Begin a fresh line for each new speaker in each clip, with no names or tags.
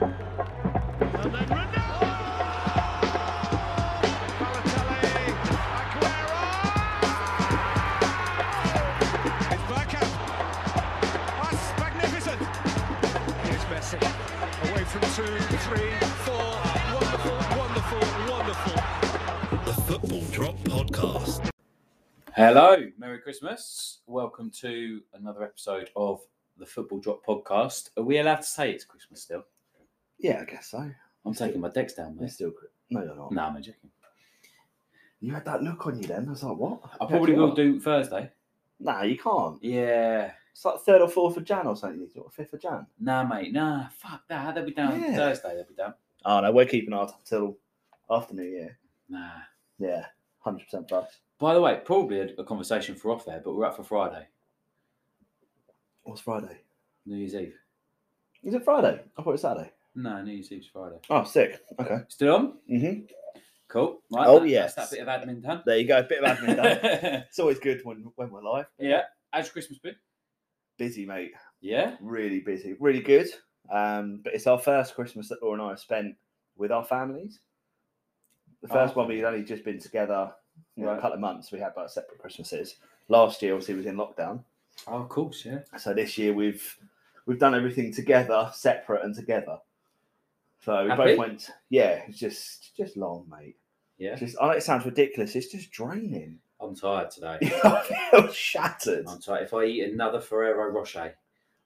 And then Ronaldo! Balotelli, Aguero! It's Bergkamp. That's magnificent. Here's Messi. Away from two, three, four. Wonderful, wonderful, wonderful.
The Football Drop Podcast.
Hello, Merry Christmas. Welcome to another episode of the Football Drop Podcast. Are we allowed to say it's Christmas still?
Yeah, I guess so.
I'm taking my decks down, mate.
still cri- No, you're not.
No, I'm joking.
You had that look on you then. I was like, what?
I
You
probably
actually
will
are.
do Thursday.
Nah, you can't.
Yeah.
It's like third or fourth of Jan or something. Or fifth of Jan.
Nah, mate. Nah, fuck that. They'll be down
Yeah.
Thursday. They'll be down.
Oh no, we're keeping ours until after New Year.
Nah.
Yeah, hundred percent plus.
By the way, probably a, a conversation for off there, but we're up for Friday,
What's Friday?
New Year's Eve.
Is it Friday? I thought it was Saturday.
No, New Year's Eve's Friday.
Oh, sick. Okay.
Still on?
Mm-hmm.
Cool. Right,
Oh,
that-
yes.
That's that bit of admin done.
There you go. Bit of admin done. it's always good when when we're live.
yeah. How's your Christmas been?
Busy, mate.
Yeah.
Really busy. Really good. Um, but it's our first Christmas that Laura and I have spent with our families. The
Oh,
first
okay.
one we'd only just been together you know,
Right.
a couple of months. We had like separate Christmases. Last year, obviously, was in lockdown.
Oh, of course, yeah.
So this year we've we've done everything together, separate and together. So we
Happy?
both went. Yeah, it's just just long, mate.
Yeah.
It's just I know it sounds ridiculous. It's just draining.
I'm tired today.
I feel shattered.
I'm tired. If I eat another Ferrero Rocher,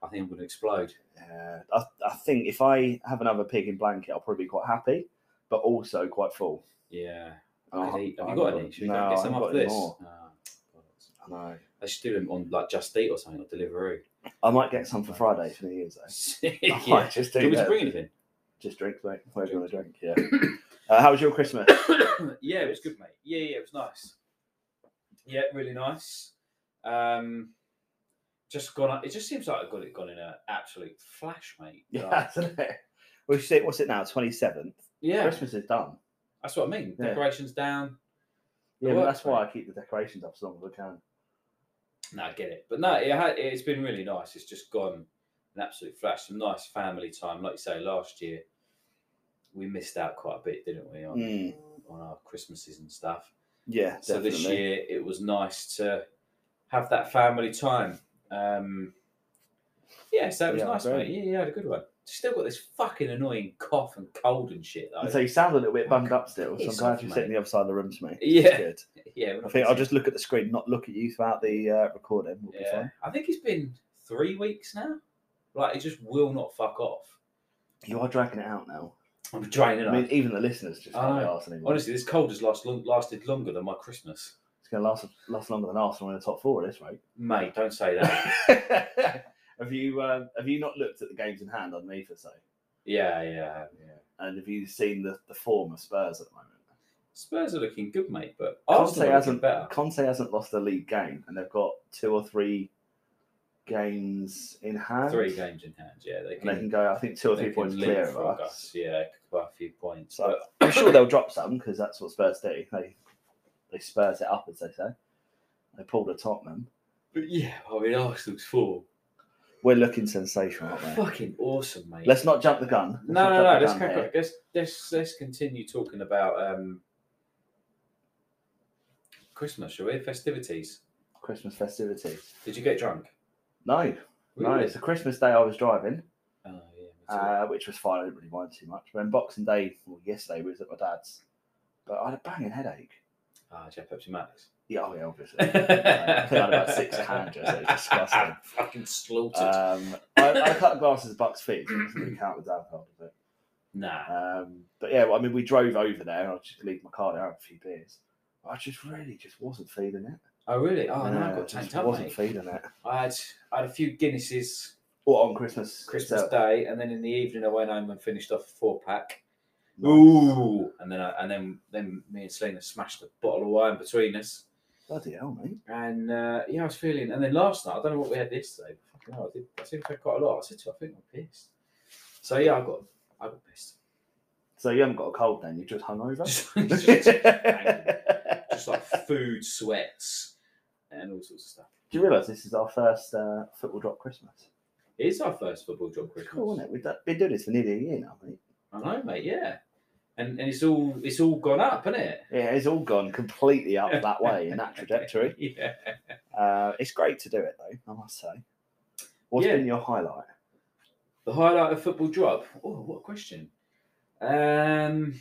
I think I'm going to explode.
Uh, I, I think if I have another pig in blanket, I'll probably be quite happy, but also quite full.
Yeah. I
Oh,
could eat. Have
I
you got
know.
any? Should we
No,
go
I
get some
haven't
off
got any
this?
more.
No.
I know.
They should do them on like Just Eat or something or Deliveroo.
I might get some for Friday for New Year's though.
yeah.
I
Do
might just do
you want me to
that.
bring anything?
Just drink, mate. Whatever you want to drink. Yeah. uh, how was your Christmas?
yeah, it was good, mate. Yeah, yeah, it was nice. Yeah, really nice. Um, just gone. It just seems like I got it gone in an absolute flash, mate.
yeah,
Like,
isn't it? Well, you see, what's it now? Twenty seventh.
yeah.
Christmas is done.
That's what I mean.
Yeah.
Decorations down.
Yeah, but
works,
that's why
mate.
I keep the decorations up as long as I can.
No, I get it. But no, it had, it's been really nice. It's just gone an absolute flash. Some nice family time. Like you say, last year we missed out quite a bit, didn't we, on,
Mm.
on our Christmases and stuff.
Yeah,
So this year it was nice to have that family time. Um, yeah, so it was
Yeah,
nice,
great.
mate. Yeah, yeah, I had a good one. Still got this fucking annoying cough and cold and shit though.
So you sound a little bit bunged up still, so I'm
It's
glad
off,
you're
mate.
sitting the other side of the room to me. It's
Yeah.
good.
yeah, we're
I
not
think I'll
gonna-
just look at the screen, not look at you throughout the uh, recording. We'll be
Yeah,
fine.
I think it's been three weeks now. Like it just will not fuck off.
You are dragging it out now.
I'm draining.
I mean,
up.
even the listeners just can't be
I know.
arsed anymore.
Uh, Honestly, this cold has last long, lasted longer than my Christmas.
it's going to last last longer than Arsenal in the top four at this rate.
Mate, don't say that.
have you uh, have you not looked at the games in hand on FIFA? So,
yeah, yeah, yeah.
and have you seen the, the form of Spurs at the moment?
Spurs are looking good, mate, but
Conte
Arsenal are looking
hasn't
better.
Conte hasn't lost a league game, and they've got two or three games in hand.
Three games in hand. Yeah, they
And they can
can.
go, I think, two or
they
three
can
points clear of
leapfrog
us.
Yeah, quite a few points.
So
but-
I'm sure they'll drop some because that's what Spurs do. They they Spurs it up, as they say. They pulled a Tottenham.
But yeah, I mean, Arsenal's form.
We're looking sensational, aren't we?
Fucking awesome, mate.
Let's not jump the gun. Let's
No, no,
not jump
no.
the
Let's
gun
crack
here.
on. Let's, let's let's continue talking about um, Christmas, shall we? Festivities.
Christmas festivities.
Did you get drunk?
No, no. It's a Christmas day I was driving,
Oh yeah. me too.
uh, which was fine. I didn't really mind too much. When Boxing Day, well, yesterday, we was at my dad's, but I had a banging headache.
Ah, did you have Pepsi Max.
Yeah, oh, yeah, obviously. I think I had about six cans. It was disgusting.
Fucking slaughtered.
Um, I, I cut glasses of Bucks feet. So it doesn't really count as alcohol, does it?
nah.
Um, but yeah, well, I mean, we drove over there, and I just leave my car there, have a few beers. I just really just wasn't feeling it.
Oh really? Oh no, I
Uh,
got
just
tanked up,
wasn't
mate.
feeling it.
I had I had a few Guinnesses
Or on Christmas,
Christmas
itself.
Day, and then in the evening I went home and finished off a four pack.
Nice.
Ooh, and then I, and then then me and Selena smashed a bottle of wine between us,
bloody hell, mate!
and uh, yeah, I was feeling. And then last night, I don't know what we had yesterday. But fucking hell, I did. I seemed to have quite a lot. I said to her, I think I'm pissed. So yeah, I got I got pissed.
So you haven't got a cold then? You just hungover?
Just- just banging. Just like food sweats and all sorts of stuff.
Do you realise this is our first uh, football drop Christmas?
It is our first football job
It's
Christmas.
cool, isn't it? We've done- been doing this for nearly a year now, mate.
I know, mate. Yeah, and and it's all it's all gone up, isn't it?
Yeah, it's all gone completely up that way in that trajectory.
yeah.
Uh, it's great to do it though, I must say. What's
Yeah.
been your highlight?
The highlight of football drop. Oh, what a question. Um,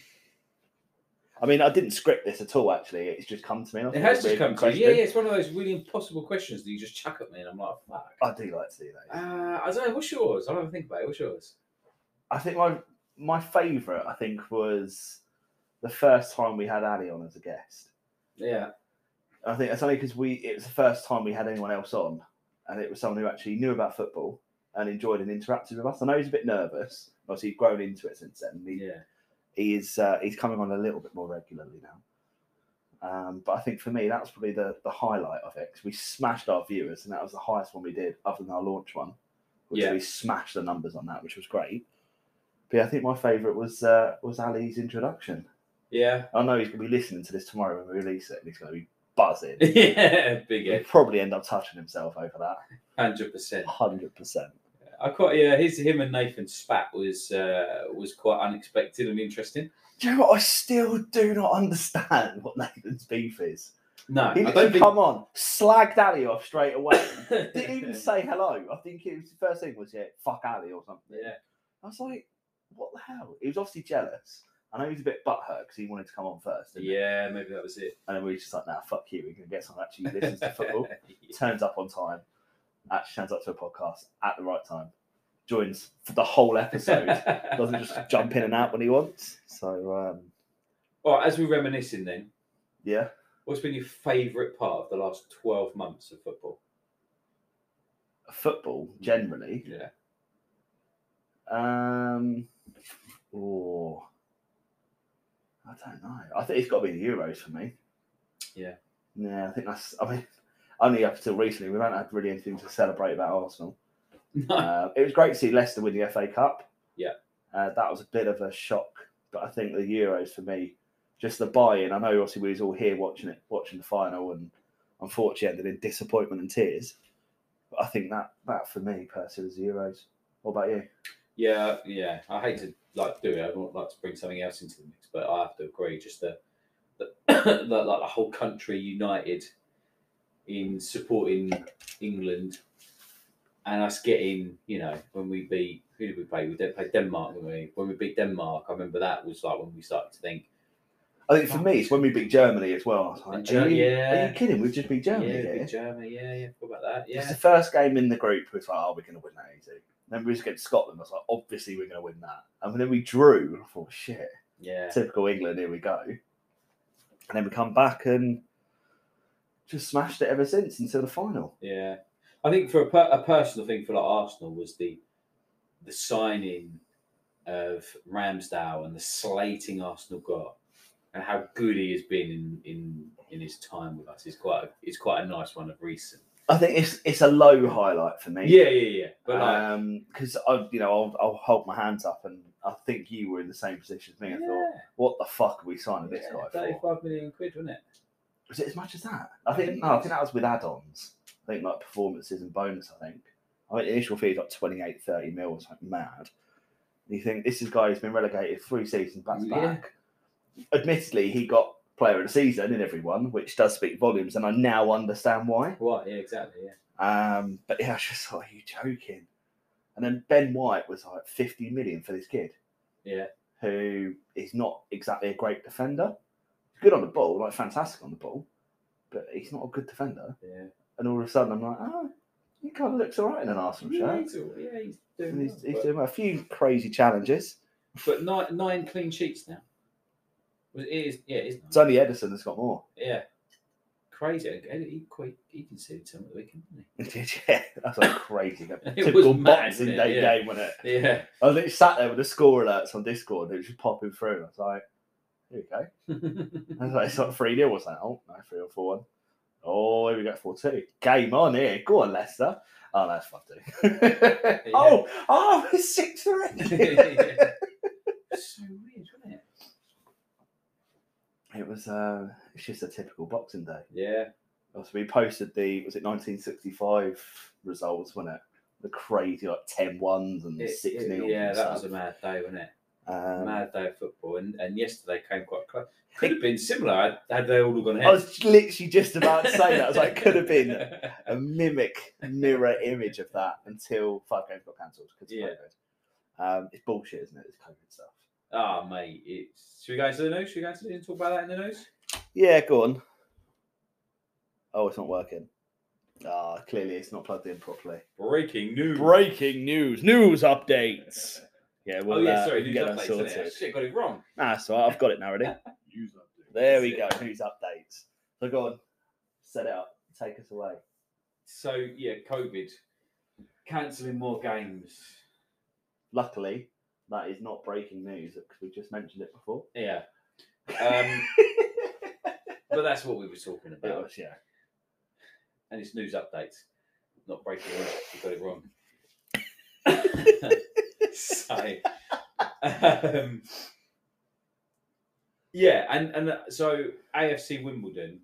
I mean, I didn't script this at all. Actually, it's just come to me. and I
it
thought
has
it'd be
just
a good
come to me. Yeah,
question.
yeah, it's one of those really impossible questions that you just chuck at me, and I'm like, fuck.
I do like to do that.
Uh, I don't know. What's yours? I'll have a think about it. What's yours?
I think my my favourite, I think, was the first time we had Ali on as a guest.
Yeah.
I think that's only because we it was the first time we had anyone else on, and it was someone who actually knew about football and enjoyed and interacted with us. I know he's a bit nervous. Obviously, he's grown into it since then. He,
Yeah.
he is uh, he's coming on a little bit more regularly now. Um, but I think for me, that's probably the the highlight of it 'cause we smashed our viewers, and that was the highest one we did, other than our launch one, which
Yeah.
we smashed the numbers on that, which was great. But yeah, I think my favourite was uh, was Ali's introduction.
Yeah.
I know he's going to be listening to this tomorrow when we release it, and he's going to be buzzing.
yeah. Big
He'll
Ed.
probably end up touching himself over that,
Hundred percent.
hundred percent.
I quite yeah. His him and Nathan spat was uh, was quite unexpected and interesting.
Do you know what? I still do not understand what Nathan's beef is.
No,
He
I don't
didn't
think.
come on, slagged Ali off straight away. didn't even say hello. I think it was the first thing was yeah, fuck Ali or something.
Yeah.
I was like, what the hell? He was obviously jealous. I know he was a bit butthurt because he wanted to come on first. didn't he?
Yeah, maybe that was it.
And then we were just like, nah, fuck you. We're gonna get someone who actually listens to football. turns up on time. Actually turns up to a podcast at the right time. Joins for the whole episode. Doesn't just jump in and out when he wants. So um,
All right, as we're reminiscing, then,
yeah,
what's been your favourite part of the last twelve months of football?
football generally.
Yeah,
Um, or I don't know. I think it's got to be the Euros for me.
Yeah.
Yeah, I think that's. I mean, only up until recently, we haven't had really anything to celebrate about Arsenal.
no,
uh, it was great to see Leicester win the FA Cup.
Yeah.
uh, that was a bit of a shock, but I think the Euros for me, just the buy-in. I know obviously we was all here watching it, watching the final, and unfortunately ended in disappointment and tears. But I think that that for me personally was the Euros. What about you?
yeah, yeah. I hate to like do it. I would like to bring something else into the mix, but I have to agree. Just the, the like, like the whole country united in supporting England, and us getting you know when we beat who did we play? We did play Denmark, didn't we? When we beat Denmark, I remember that was like when we started to think.
I think for me, it's when we beat Germany as well. I was like,
And Ger-
are, you,
yeah.
are you kidding? We've just beat Germany
yeah,
here.
beat Germany. Yeah, yeah. What about that?
It's
Yeah.
the first game in the group. It's like, oh, we're going to win that easy. Then we was against Scotland. I was like, obviously we're going to win that. And then we drew. And I thought, shit,
Yeah.
typical England. Here we go. And then we come back and just smashed it ever since until the final.
Yeah, I think for a, per- a personal thing for like Arsenal was the the signing of Ramsdale and the slating Arsenal got, and how good he has been in in, in his time with us is quite a, is quite a nice one of recent.
I think it's it's a low highlight for me.
Yeah, yeah, yeah. But like,
Um, because I, you know, I'll, I'll hold my hands up, and I think you were in the same position as me. I thought,
Yeah.
what the fuck are we signing this
yeah,
guy for?
thirty-five million quid, wasn't it?
Was it as much as that? I think no, I think that was with add-ons. I think like performances and bonus. I think I think the initial fee is like 28, 30 mil or something mad. And you think this is a guy who's been relegated three seasons back to
Yeah.
back. Admittedly, he got player of the season in everyone, which does speak volumes, and I now understand why.
Right, yeah, exactly, yeah.
Um, but yeah, I was just like, are you joking? And then Ben White was like 50 million for this kid
Yeah,
who is not exactly a great defender. He's good on the ball, like fantastic on the ball, but he's not a good defender.
yeah.
And all of a sudden, I'm like, oh, he kind of looks all right in an Arsenal
Yeah,
shirt.
he's, all- yeah, he's doing
And he's,
well,
he's
but-
doing well. a few crazy challenges.
But nine, nine clean sheets now. Was it is yeah, it is nine.
It's only Edison that's got more.
yeah. Crazy. And He quite he conceded some of the weekend, didn't
yeah, that's like crazy.
It was
Typical
mad,
boxing
wasn't it?
day
Yeah.
game, wasn't it?
he? Yeah.
I literally sat there with the score alerts on Discord and it was just popping through. I was like, here we go. I was like, it's not 3 0 or something. Oh, no, 3 or 4 1. Oh, here we go, 4 2. Game on here. Go on, Leicester. Oh, that's 5 2. Oh, oh, it's 6 3.
Yeah. so weird, wasn't it?
it was uh, it's just a typical Boxing Day.
Yeah.
Also, we posted the, was it 1965 results, wasn't it? The crazy, like 10 ones and
It-
6
it-
0.
yeah, that was a mad day, wasn't it?
um,
mad day of football. And, and yesterday came quite close. Could have been similar had, had they all gone ahead.
I was literally just about to say that. I was like, could have been. a mimic mirror image of that until five games got cancelled because
Yeah.
COVID. Um, it's bullshit, isn't it? It's COVID stuff.
Ah, mate. It's... Should we go into the news? Should we go into the news and talk about that in the news?
Yeah, go on. Oh, it's not working. Ah, clearly it's not plugged in properly.
Breaking news.
Breaking news, news updates. Yeah, well,
oh, yeah,
uh,
sorry.
we can
News
get that
updates. isn't it?
sorted.
Shit, got it wrong.
Ah, so I've got it now already.
News update.
There we go. News updates. So go on, set it up. Take us away.
So yeah, COVID cancelling more games.
Luckily, that is not breaking news because we just mentioned it before.
Yeah, um, but that's what we were talking
It
about,
was, yeah.
and it's news updates, not breaking news. You got it wrong. so, um, yeah, and and uh, so AFC Wimbledon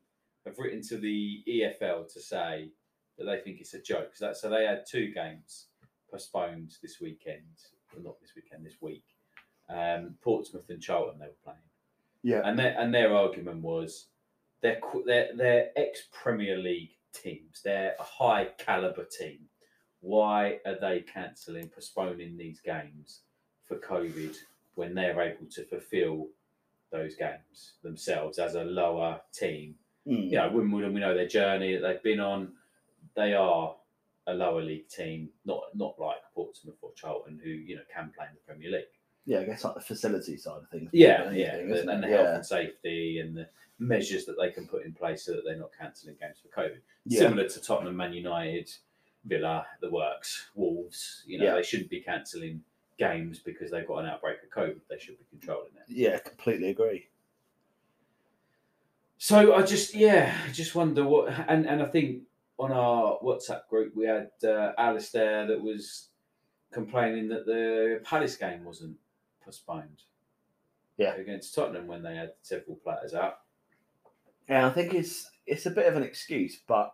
have written to the EFL to say that they think it's a joke. So, that, so they had two games postponed this weekend, well, not this weekend, this week. Um, Portsmouth and Charlton they were playing,
Yeah.
and their and their argument was they're qu- they're, they're ex Premier League teams, they're a high caliber team. Why are they cancelling, postponing these games for COVID when they're able to fulfil those games themselves as a lower team
Mm.
you know, Wimbledon, we know their journey that they've been on. They are a lower league team, not not like Portsmouth or Charlton, who you know can play in the Premier League.
Yeah, I guess like the facility side of things.
Yeah,
more than
yeah,
anything,
the-
isn't
and the
it?
health
yeah.
and safety and the measures that they can put in place so that they're not cancelling games for COVID.
Yeah.
Similar to Tottenham, Man United, Villa, the works, Wolves. You know,
Yeah.
they shouldn't be cancelling games because they've got an outbreak of COVID. They should be controlling it.
Yeah, completely agree.
So I just yeah, I just wonder what and and I think on our WhatsApp group we had uh, Alice there that was complaining that the Palace game wasn't postponed.
Yeah.
against Tottenham when they had several players out.
Yeah, I think it's it's a bit of an excuse, but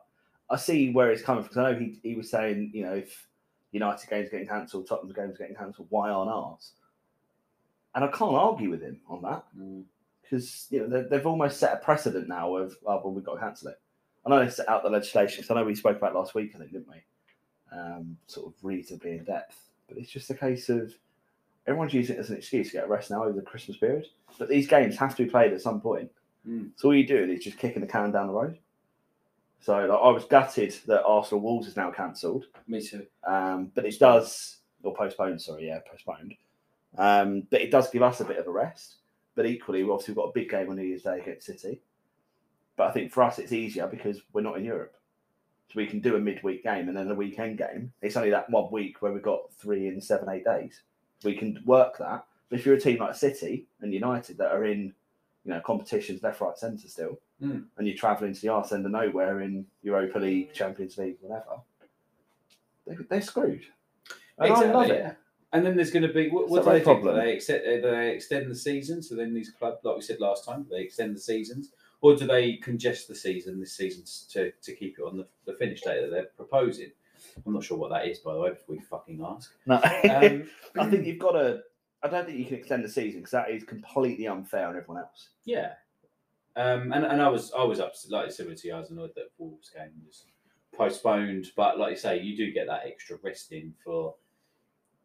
I see where it's coming from. 'cause I know he he was saying, you know, if United games getting cancelled, Tottenham's games getting cancelled, why aren't ours? And I can't argue with him on that because you know they, they've almost set a precedent now of oh, well, we've got to cancel it. I know they set out the legislation because I know we spoke about it last week, I think, didn't we? Um, sort of reasonably in depth, but it's just a case of everyone's using it as an excuse to get a rest now over the Christmas period. But these games have to be played at some point,
Mm.
so all you're doing is just kicking the can down the road. So like, I was gutted that Arsenal Wolves is now cancelled,
Me too.
um, but it does or postponed. Sorry, yeah, postponed. Um, but it does give us a bit of a rest. But equally, we obviously got a big game on New Year's Day against City. But I think for us, it's easier because we're not in Europe, so we can do a midweek game and then a weekend game. It's only that one week where we've got three in seven eight days. We can work that. But if you're a team like City and United that are in you know, competitions left, right, centre still,
Mm.
and you're travelling to the arse end of nowhere in Europa League, Champions League, whatever, they, they're screwed. And I love
Exactly,
it.
yeah. And then there's going to be what, what do
It's not
they
my
do? Do
problem.
they, accept, do they extend the season? So then these clubs, like we said last time, do they extend the seasons, or do they congest the season this season to, to keep it on the, the finish date that they're proposing? I'm not sure what that is, by the way. Before we fucking ask,
No.
um,
I think you've got to. I don't think you can extend the season because that is completely unfair on everyone else.
yeah. Um, and, and I was I was upset, like similar to you, I was annoyed that Wolves game was postponed. But like you say, you do get that extra rest in for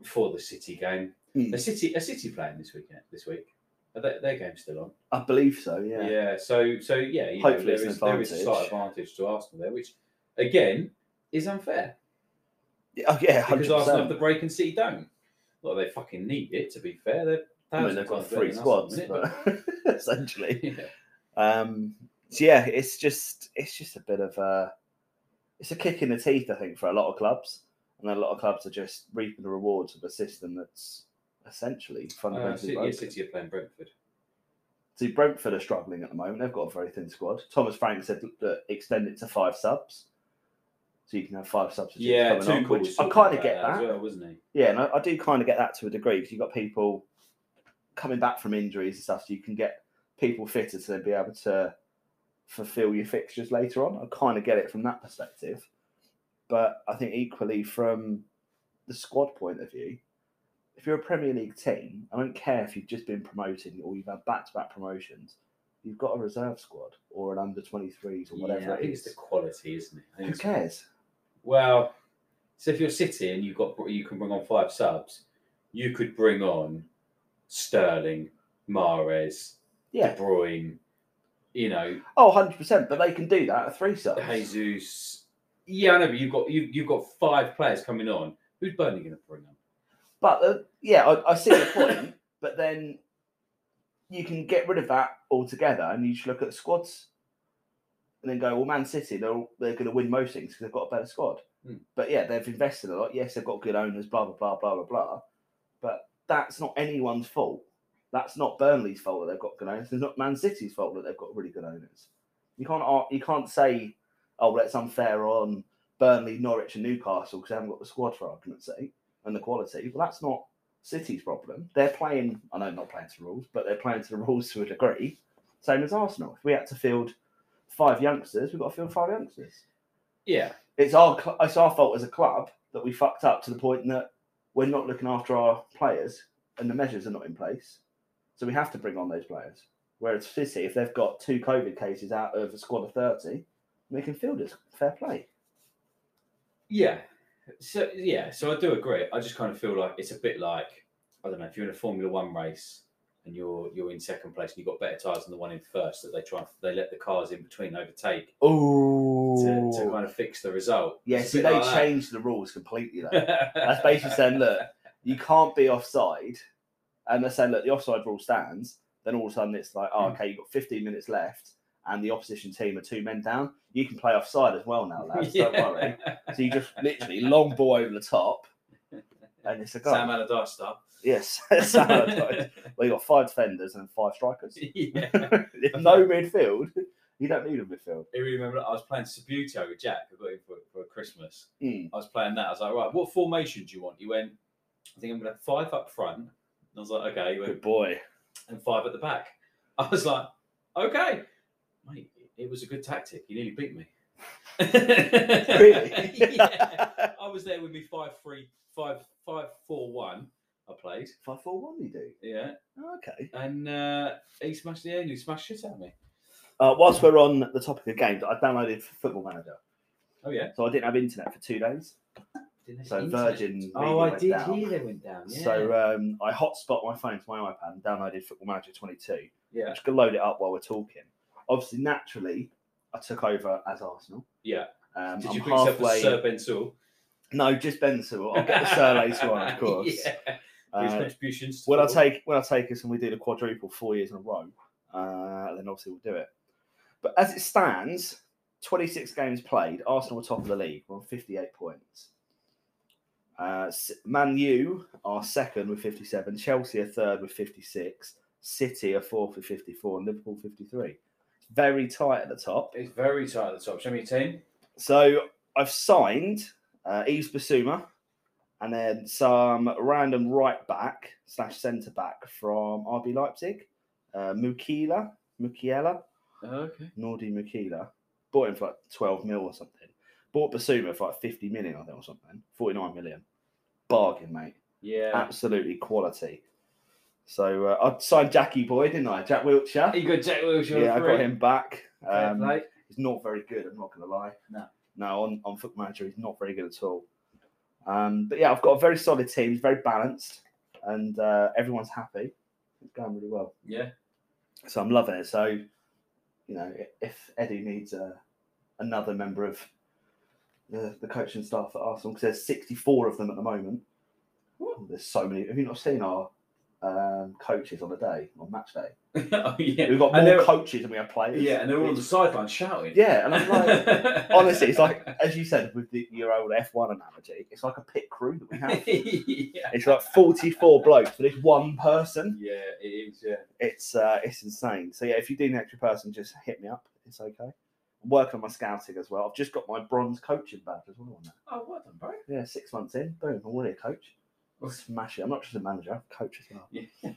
for the City game.
Mm.
A City a City playing this weekend this week. Are they, their game still on?
I believe so. Yeah.
Yeah. So so yeah, you
Hopefully
know,
it's
there
an
is there is a slight
advantage.
advantage to Arsenal there, which again is unfair
Yeah, Oh, yeah.
because Arsenal have the
100%.
break and City don't. Well, they fucking need it to be fair. They're
I mean, they've
thousands
got
times better
three
than us at the
squads,
minute,
but essentially.
yeah.
Um, so yeah, it's just it's just a bit of a it's a kick in the teeth, I think, for a lot of clubs, and a lot of clubs are just reaping the rewards of a system that's essentially
Uh,
fundamentally
City, yeah,
broken.
City are playing Brentford.
See, Brentford are struggling at the moment. They've got a very thin squad. Thomas Frank said that extend it to five subs, so you can have five substitutes.
Yeah,
coming
two
on,
calls.
which I kind of get that.
uh, as well, wasn't he?
Yeah, and I, I do kind of get that to a degree because you've got people coming back from injuries and stuff, so you can get people fitter to then be able to fulfill your fixtures later on. I kind of get it from that perspective. But I think equally from the squad point of view, if you're a Premier League team, I don't care if you've just been promoted or you've had back to back promotions, you've got a reserve squad or an under 23s or whatever
Yeah, I
it
think it's
is.
the quality, isn't it? I think
Who
it's-
cares?
Well, so if you're City and you've got you can bring on five subs, you could bring on Sterling, Mares,
Yeah.
De Bruyne, you know,
Oh, 100%. But they can do that at three subs.
Jesus. Yeah, I know, but you've got you you've got five players coming on. Who's Burnley going to bring on?
But uh, yeah, I, I see your point. but then you can get rid of that altogether, and you just look at squads, and then go, "Well, Man City, they're they're going to win most things because they've got a better squad."
Hmm.
But yeah, they've invested a lot. Yes, they've got good owners. Blah blah blah blah blah blah. But that's not anyone's fault. That's not Burnley's fault that they've got good owners. It's not Man City's fault that they've got really good owners. You can't ar- you can't say, "Oh, well, it's unfair on Burnley, Norwich, and Newcastle because they haven't got the squad for argument's sake." and the quality. Well, that's not City's problem. They're playing, I know, not playing to the rules, but they're playing to the rules to a degree. Same as Arsenal. If we had to field five youngsters, we've got to field five youngsters.
Yeah,
It's our cl- it's our fault as a club that we fucked up to the point that we're not looking after our players and the measures are not in place. So we have to bring on those players. Whereas City, if they've got two COVID cases out of a squad of thirty, they can field it. Fair play.
yeah. So yeah, so I do agree. I just kind of feel like it's a bit like I don't know if you're in a Formula One race and you're you're in second place and you've got better tires than the one in first that they try and they let the cars in between overtake to,
Oh,
to kind of fix the result.
yeah.
It's a
See,
bit
they
like that.
changed the rules completely. Though. That's basically saying, look, you can't be offside. And they're saying, look, the offside rule stands. Then all of a sudden it's like,
Hmm.
oh, okay, you've got 15 minutes left and the opposition team are two men down. You can play offside as well now, lads. Don't worry. So you just literally long ball over the top and it's a goal.
Sam Allardyce style.
yes. Sam Allardyce. well, you've got five defenders and five strikers.
yeah.
no midfield. You don't need a midfield.
I remember I was playing Subuto with Jack. I got him for, for Christmas.
Mm.
I was playing that. I was like, right, what formation do you want? He went, I think I'm going to have five up front. And I was like, okay. He went,
Good boy.
and five at the back. I was like, okay. Mate, it was a good tactic. You nearly beat me.
Really?
yeah. I was there with me five three five five four one. I played.
5 4 1 you do. Oh,
Yeah.
Okay.
And uh, he smashed the end. He smashed shit out of me.
Uh, whilst we're on the topic of games, I downloaded Football Manager.
Oh, yeah.
So I didn't have internet for two days.
Didn't they
So
internet?
Virgin
Oh,
really
I
went
did
down.
hear they went down. Yeah.
So um, I hotspot my phone to my iPad and downloaded Football Manager 22.
yeah.
I'm just going to load it up while we're talking. Obviously, naturally, I took over as Arsenal.
Yeah.
Um,
Did
I'm
you bring yourself
halfway.
a Sir Bensoul?
No, just Ben Sewell. I'll get the Sir later on, of course.
yeah. His
Uh,
contributions. to
when I
football.
take when I take us and we do the quadruple four years in a row, uh, then obviously we'll do it. But as it stands, 26 games played, Arsenal are top of the league, we're on 58 points. Uh, S- Man U are second with 57, Chelsea are third with 56, City are fourth with 54 and Liverpool 53. It's very tight at the top.
It's very tight at the top. Show me your team.
So I've signed uh, Yves Basuma and then some random right back slash centre back from RB Leipzig, uh, Mukila, Mukiela,
Okay.
Nordi Mukila. Bought him for like 12 mil or something. Bought Basuma for like 50 million, I think, or something. 49 million. Bargain, mate.
Yeah.
Absolutely quality. So uh, I signed Jackie Boy, didn't I? Jack Wiltshire.
You got Jack Wilshere.
Ah. Yeah, I
three.
got him back.
Fair
Um,
play.
he's not very good. I'm not going to lie.
No.
no, on on Foot Manager, he's not very good at all. Um, but yeah, I've got a very solid team. It's very balanced, and uh, everyone's happy. It's going really well,
Yeah.
so I'm loving it. So, you know, i- if Eddie needs uh, another member of the, the coaching staff at Arsenal, because there's 64 of them at the moment. There's so many. Have you not seen our um, coaches on a day on match day?
oh, yeah.
We've got
and
more
they're,
coaches than we have players.
Yeah, and they're all on the
It's-
sideline shouting.
Yeah, and I'm like, honestly, it's like as you said with the, your old F1 analogy, it's like a pit crew that we have.
yeah.
It's like 44 blokes, but it's one person.
Yeah, it is. Yeah.
It's uh, it's insane. So yeah, if you do need an extra person, just hit me up. It's okay. I'm working on my scouting as well. I've just got my bronze coaching badge as well on that.
Oh, well done, bro.
Yeah, six months in, boom, I'm already a coach. Smash it. I'm not just a manager, I'm a coach as well.
Yeah.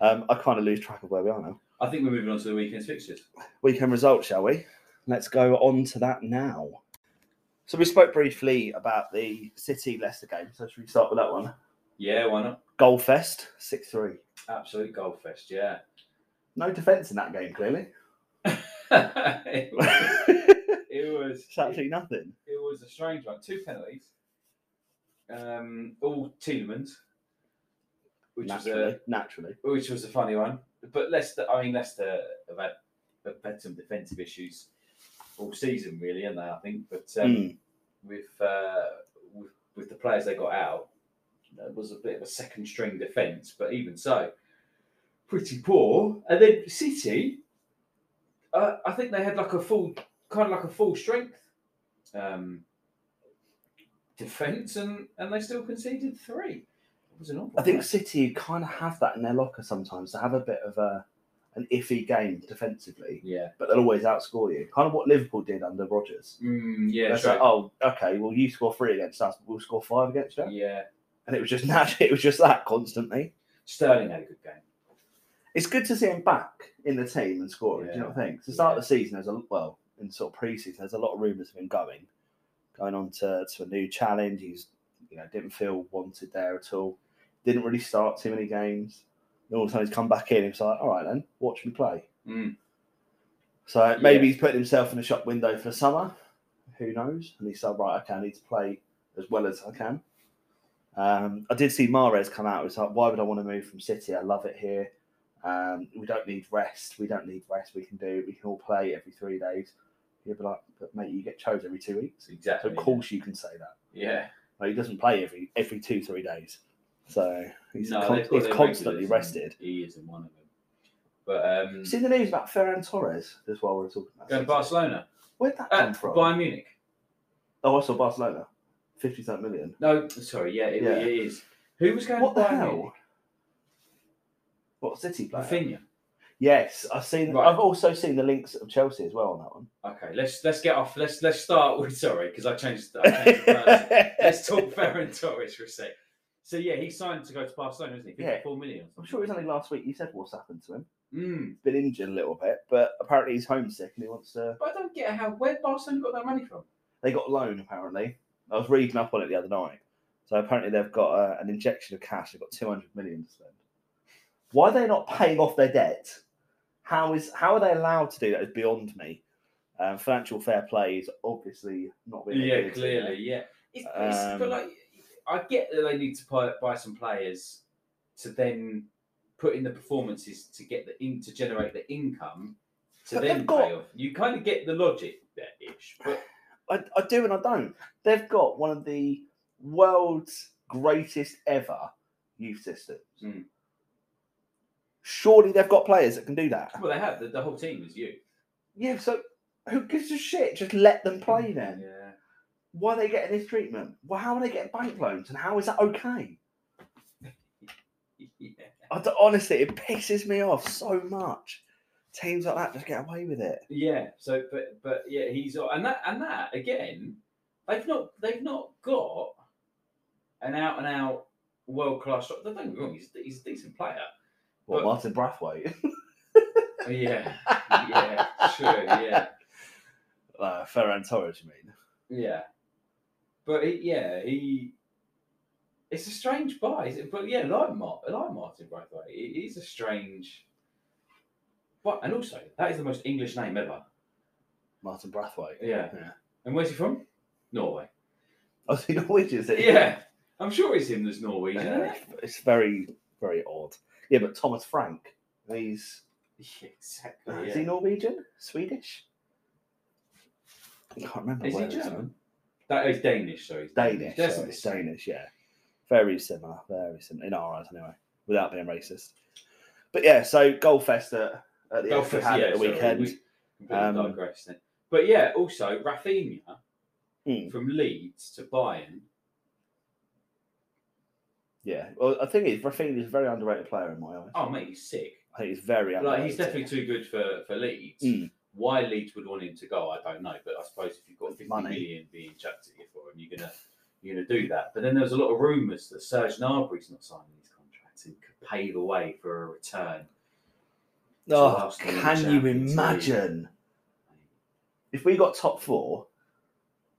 Um, I kind of lose track of where we are now.
I think we're moving on to the weekend's fixtures.
weekend results, shall we? Let's go on to that now. So we spoke briefly about the City Leicester game. So should we start with that one?
Yeah, why not?
Goal fest six three.
Absolute goal fest. Yeah.
No defence in that game, clearly.
it was.
it's
It was
absolutely nothing.
it was a strange one. Two penalties, um, all Tielemans, which was
naturally,
a
uh, naturally.
which was a funny one. But Leicester, I mean Leicester have had, have had some defensive issues all season, really, and they I think, but um,
Mm.
with, uh, with with the players they got out, that was a bit of a second string defence. But even so, pretty poor. And then City, uh, I think they had like a full kind of like a full strength um, defence, and and they still conceded three. It was an awful
I think
one.
City kind of have that in their locker sometimes to have a bit of a an iffy game defensively,
Yeah.
but they'll always outscore you. Kind of what Liverpool did under Rodgers.
Mm, yeah.
That's
true.
like, oh, okay, well you score three against us, but we'll score five against you.
Oh, Yeah.
and it was just nat- it was just that constantly.
Sterling had a good game.
It's good to see him back in the team and scoring. Do you know what I think? To start
Yeah.
the season, there's a well in sort of preseason, there's a lot of rumours of him going, going on to, to a new challenge. He's you know didn't feel wanted there at all. Didn't really start too many games. Then all of a sudden he's come back in. He's like, all right then, watch me play.
Mm.
So maybe
Yeah.
he's putting himself in the shop window for the summer. Who knows? And he's like, right, okay, I need to play as well as I can. Um, I did see Mares come out. It was like, why would I want to move from City? I love it here. Um, we don't need rest. We don't need rest. We can do. We can all play every three days. He'd be like, but mate, you get chose every two weeks. So
Exactly.
of course you can say that.
Yeah.
Like, he doesn't play every every two three days. So he's,
No,
con-
they've got
he's
their
constantly
regulars and
rested.
He is in one of them. But um,
See the news about Ferran Torres as well. We're talking
going
about
to
City.
Barcelona,
Where'd that
uh,
come from?
Bayern Munich.
Oh, I saw Barcelona. 57 million.
No, sorry, yeah, it,
Yeah.
it is. Who was going
What
to
the
Bayern
hell? What, City player?
Munich? Rafinha.
Yes, I've seen.
Right.
I've also seen the links of Chelsea as well on that one.
Okay, let's let's get off. Let's let's start with sorry because I changed. I changed the person. let's talk Ferran Torres for a sec. So yeah, he signed to go to Barcelona, isn't he?
Yeah.
Fifty-four million.
I'm sure it was only last week you said what's happened to him.
Mm.
He's been injured a little bit, but apparently he's homesick and he wants to.
But I don't get how where Barcelona got that money from.
They got a loan apparently. I was reading up on it the other night. So apparently they've got uh, an injection of cash. They've got 200 million to spend. Why are they not paying off their debt? How is how are they allowed to do that? Is beyond me. Um, financial fair play is obviously not being.
Yeah,
adhered to there.
clearly, yeah. It's, it's, but
Um,
like, I get that they need to buy, buy some players to then put in the performances to get the in to generate the income to
But
then
they've got-
pay off. You kind of get the logic there ish, but
I, I do and I don't. They've got one of the world's greatest ever youth systems.
Mm.
Surely they've got players that can do that.
well, they have the, the whole team is you.
Yeah, so who gives a shit? Just let them play then.
Yeah,
Why are they getting this treatment? Well, how are they getting bank loans and how is that okay?
yeah.
I I d- honestly, it pisses me off so much. Teams like that just get away with it.
Yeah. So, but but yeah, he's and that and that again. They've not they've not got an out and out world class. Don't get me wrong, he's, he's a decent player.
Well,
But-
Martin Brathwaite.
Yeah, yeah, sure, yeah,
uh, Ferran Torres, you mean?
yeah. But he, yeah, he. It's a strange buy, is it? but yeah, like Mar- like Martin Braithwaite, it is a strange. But and also that is the most English name ever.
Martin Brathwaite.
Yeah.
yeah.
And where's he from? Norway.
I see Norwegians. that-
Yeah, I'm sure it's him that's Norwegian. isn't
Yeah,
it?
it's very, very odd. Yeah, but Thomas Frank, he's
Yeah, exactly.
is
Oh, Yeah.
he Norwegian? Swedish? I can't remember.
Is he
where he's
German?
from.
That is Danish, sorry. he's
Danish.
That's
sorry,
nice.
Danish. Yeah, very similar. Very similar in our eyes, anyway. Without being racist. But yeah, so Goldfest at, at the
Belfast,
Belfast, had
yeah,
at the
sorry,
weekend.
we completely
Um,
digressed then. But yeah, also Rafinha
Hmm.
from Leeds to Bayern.
Yeah. Well, I think is Rafinha's a very underrated player in my eyes.
Oh mate, he's sick.
I think he's very underrated.
Like he's definitely too good for for Leeds.
Mm.
Why Leeds would want him to go, I don't know. But I suppose if you've got fifty million
Money.
being chucked at you for him, you're gonna you're gonna do that. But then there was a lot of rumours that Serge Gnabry's not signing his contract and could pave the way for a return. to
Oh,
Arsenal in the
can you
Champions League.
imagine? if we got top four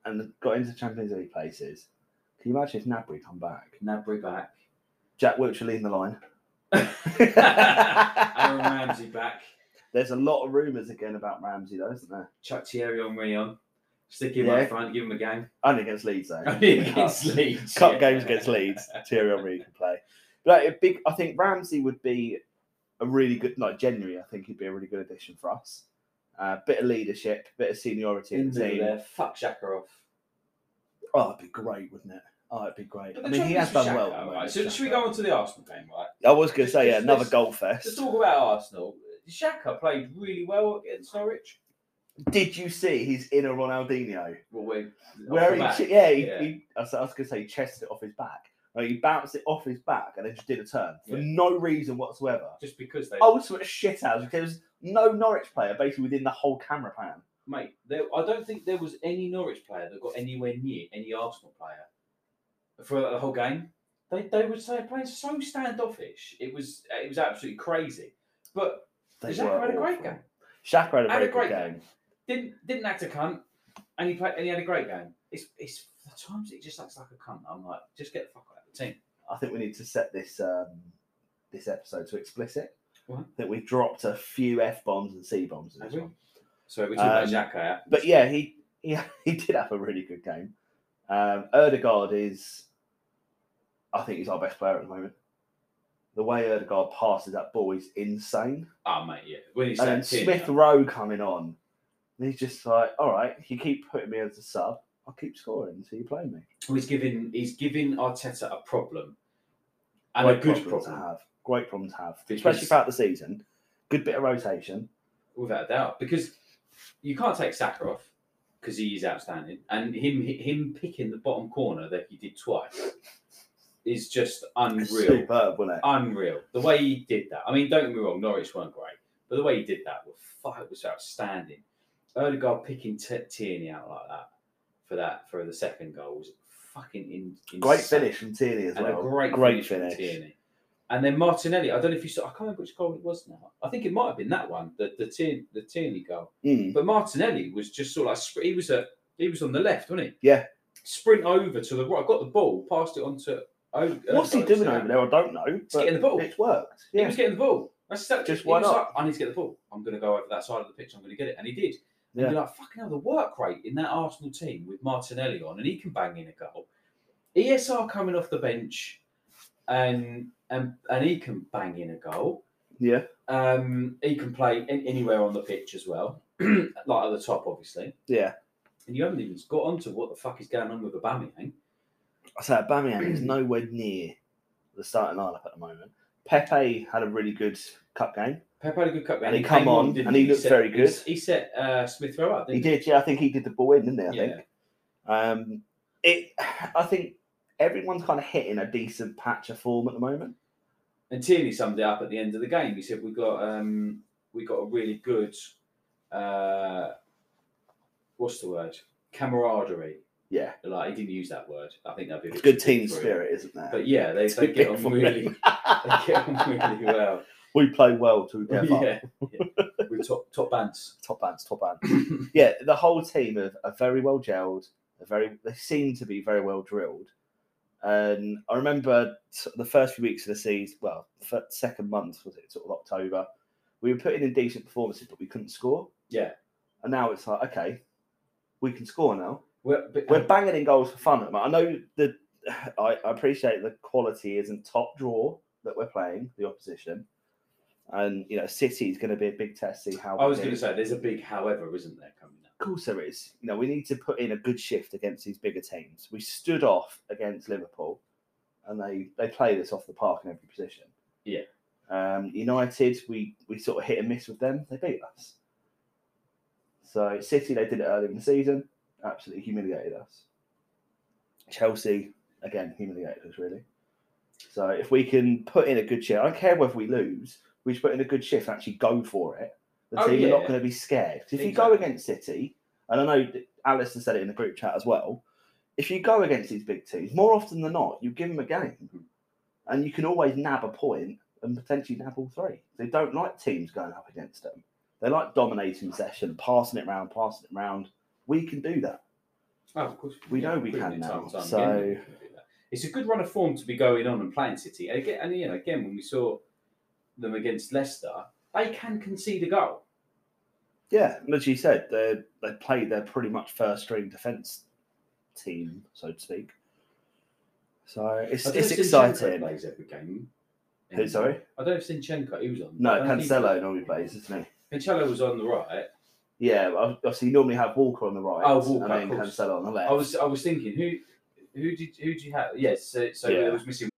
and got into Champions League places, can you imagine if Nabry come back?
Gnabry back.
Jack Wiltshire leading the line.
Aaron Ramsey back.
There's a lot of rumours again about Ramsey, though, isn't there?
Chuck Thierry Henry on. Stick him
Yeah.
up front, give him a game.
Only against Leeds, though.
against Leeds.
Cup
yeah.
games against Leeds, Thierry Henry can play. But like, a big, I think Ramsey would be a really good, like genuinely, I think he'd be a really good addition for us. Uh, bit of leadership, bit of seniority in
In
the team.
there, fuck Shaka off.
Oh, it'd be great, wouldn't it? Oh, it'd be great.
But
I
the
mean, he
trouble
has
is with
done well.
Xhaka,
at the
Right?
moment,
So should we go on to the Arsenal game, right?
I was going to
Just-
say, yeah,
just-
another
just-
goal fest.
Let's talk about Arsenal. Shaka played really well against Norwich.
Did you see he's in a Ronaldinho?
Well, we
Where he,
back.
ch- yeah, he,
Yeah.
He, I was I was gonna say, chested it off his back. Like, he bounced it off his back and then just did a turn for
Yeah.
no reason whatsoever.
just because they
Ultimate shit out because there was no Norwich player basically within the whole camera pan.
mate, there, I don't think there was any Norwich player that got anywhere near any Arsenal player for the whole game. They they were so playing so standoffish. It was it was absolutely crazy. But
They
Xhaka
were
had a great
awful.
game.
Xhaka had
Had
a very
a great
good game.
game. Didn't didn't act a cunt, and he played and he had a great game. It's it's the times it just acts like a cunt. I'm like, just get the fuck out of the team.
I think we need to set this um, this episode to explicit.
What?
That we dropped a few f bombs and c bombs in this one.
Sorry, we talked about
Um,
Xhaka. yeah?
But yeah, he he, he did have a really good game. Um, Erdegaard is, I think he's our best player at the moment. The way Erdegaard passes that ball is insane.
Ah, mate, yeah. When he's
And then Smith Rowe coming on, and he's just like, all right, you keep putting me as a sub, I'll keep scoring until you play me.
he's giving he's giving Arteta a problem and a
Great
good problem,
to have. Great problem to have,
Because-
especially throughout the season. Good bit of rotation.
without a doubt, because you can't take Saka off because he is outstanding, and him him picking the bottom corner that he did twice is just unreal.
Superb, wasn't it?
unreal. The way he did that. I mean, don't get me wrong, Norwich weren't great, but the way he did that was fight was outstanding. Erdegaard picking T- Tierney out like that for that for the second goal was fucking in, insane.
Great finish from Tierney as
and
well.
a great,
great
finish, from Tierney. And then Martinelli, I don't know if you saw. I can't remember which goal it was now. I think it might have been that one, the the, Tier, the Tierney goal.
Mm.
But Martinelli was just sort of like spr- he was a he was on the left, wasn't he?
Yeah.
Sprint over to the right, got the ball, passed it on to. Erdegaard.
What's he doing over there? I don't know. but
getting the ball.
It's worked.
He
Yeah.
was getting the ball. That's that,
Just
he
why
was
not?
like, I need to get the ball. I'm going to go over that side of the pitch. I'm going to get it, and he did. And
Yeah.
you're like, fucking hell, the work rate in that Arsenal team with Martinelli on, and he can bang in a goal. ESR coming off the bench, and and and he can bang in a goal.
Yeah.
Um, he can play an- anywhere on the pitch as well, like at the top, obviously.
Yeah.
And you haven't even got onto what the fuck is going on with Aubameyang.
I say Aubameyang is nowhere near the starting lineup at the moment. Pepe had a really good cup game.
Pepe had a good cup,
And he
came
come on,
didn't
and he looked
set-
very good.
He, set uh, Smith Rowe up.
He
didn't
did, yeah. I think he did the ball in, didn't he? I
Yeah.
think. Um, it. I think everyone's kind of hitting a decent patch of form at the moment.
and Tierney summed it up at the end of the game. He said, "We got um, we got a really good, uh, what's the word? Camaraderie."
Yeah,
Like he didn't use that word. I think that'd be a
it's
bit
good team
too
spirit, isn't there?
But yeah, they, they get on really, they get on really well.
we play well
Yeah,
together.
yeah. We're top top bands.
Top bands, top bands. yeah, the whole team are, are very well gelled. Are very, they seem to be very well drilled. And I remember sort of the first few weeks of the season. Well, fir- second month was it sort of October. We were putting in decent performances, but we couldn't score.
Yeah,
And now it's like, okay, we can score now.
we're, but, um,
We're banging in goals for fun. at the moment. I know the, I, I appreciate the quality isn't top draw that we're playing the opposition, and you know City is going to be a big test. to See how
I
we
was
do.
going to say there's a big however, isn't there, coming up?
Of course there is. You know, we need to put in a good shift against these bigger teams. We stood off against Liverpool, and they they played us off the park in every position.
Yeah.
Um, United, we we sort of hit and miss with them. They beat us. So City, they did it early in the season. Absolutely humiliated us. Chelsea, again, humiliated us really. So if we can put in a good shift, I don't care whether we lose. We should put in a good shift and actually go for it. The
Oh,
team are
yeah.
not going to be scared. 'Cause if you go
Exactly.
against City, and I know that Alistair said it in the group chat as well, if you go against these big teams, more often than not, you give them a game, and you can always nab a point and potentially nab all three. They don't like teams going up against them. They like dominating possession, passing it round, passing it round. We can do that.
Oh, of course.
We
yeah,
know we
proved
can
it
now,
time and time
so-
again that we can do that. it's a good run of form to be going on and playing City. And again, and you know, again, when we saw them against Leicester, they can concede a goal.
Yeah, and as you said, they they play their pretty much first string defence team, so to speak. So it's
I don't
it's
know if Zinchenko
exciting.
Plays every game.
Who, sorry?
I don't know if Sinchenko. He was on.
No,
I don't think-
Cancelo normally plays, isn't he?
Cancelo was on the right.
Yeah, well, obviously you normally have Walker on the right
Oh, Walker,
and
of
then
course.
Cancelo on the left.
I was uh, I was thinking who who did who do you have? Yes, so, so
Yeah.
there was missing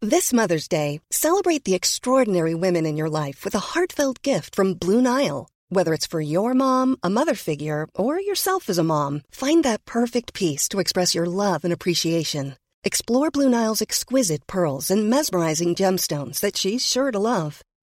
This Mother's Day, celebrate the extraordinary women in your life with a heartfelt gift from Blue Nile. Whether it's for your mom, a mother figure, or yourself as a mom, find that perfect piece to express your love and appreciation. Explore Blue Nile's exquisite pearls and mesmerizing gemstones that she's sure to love.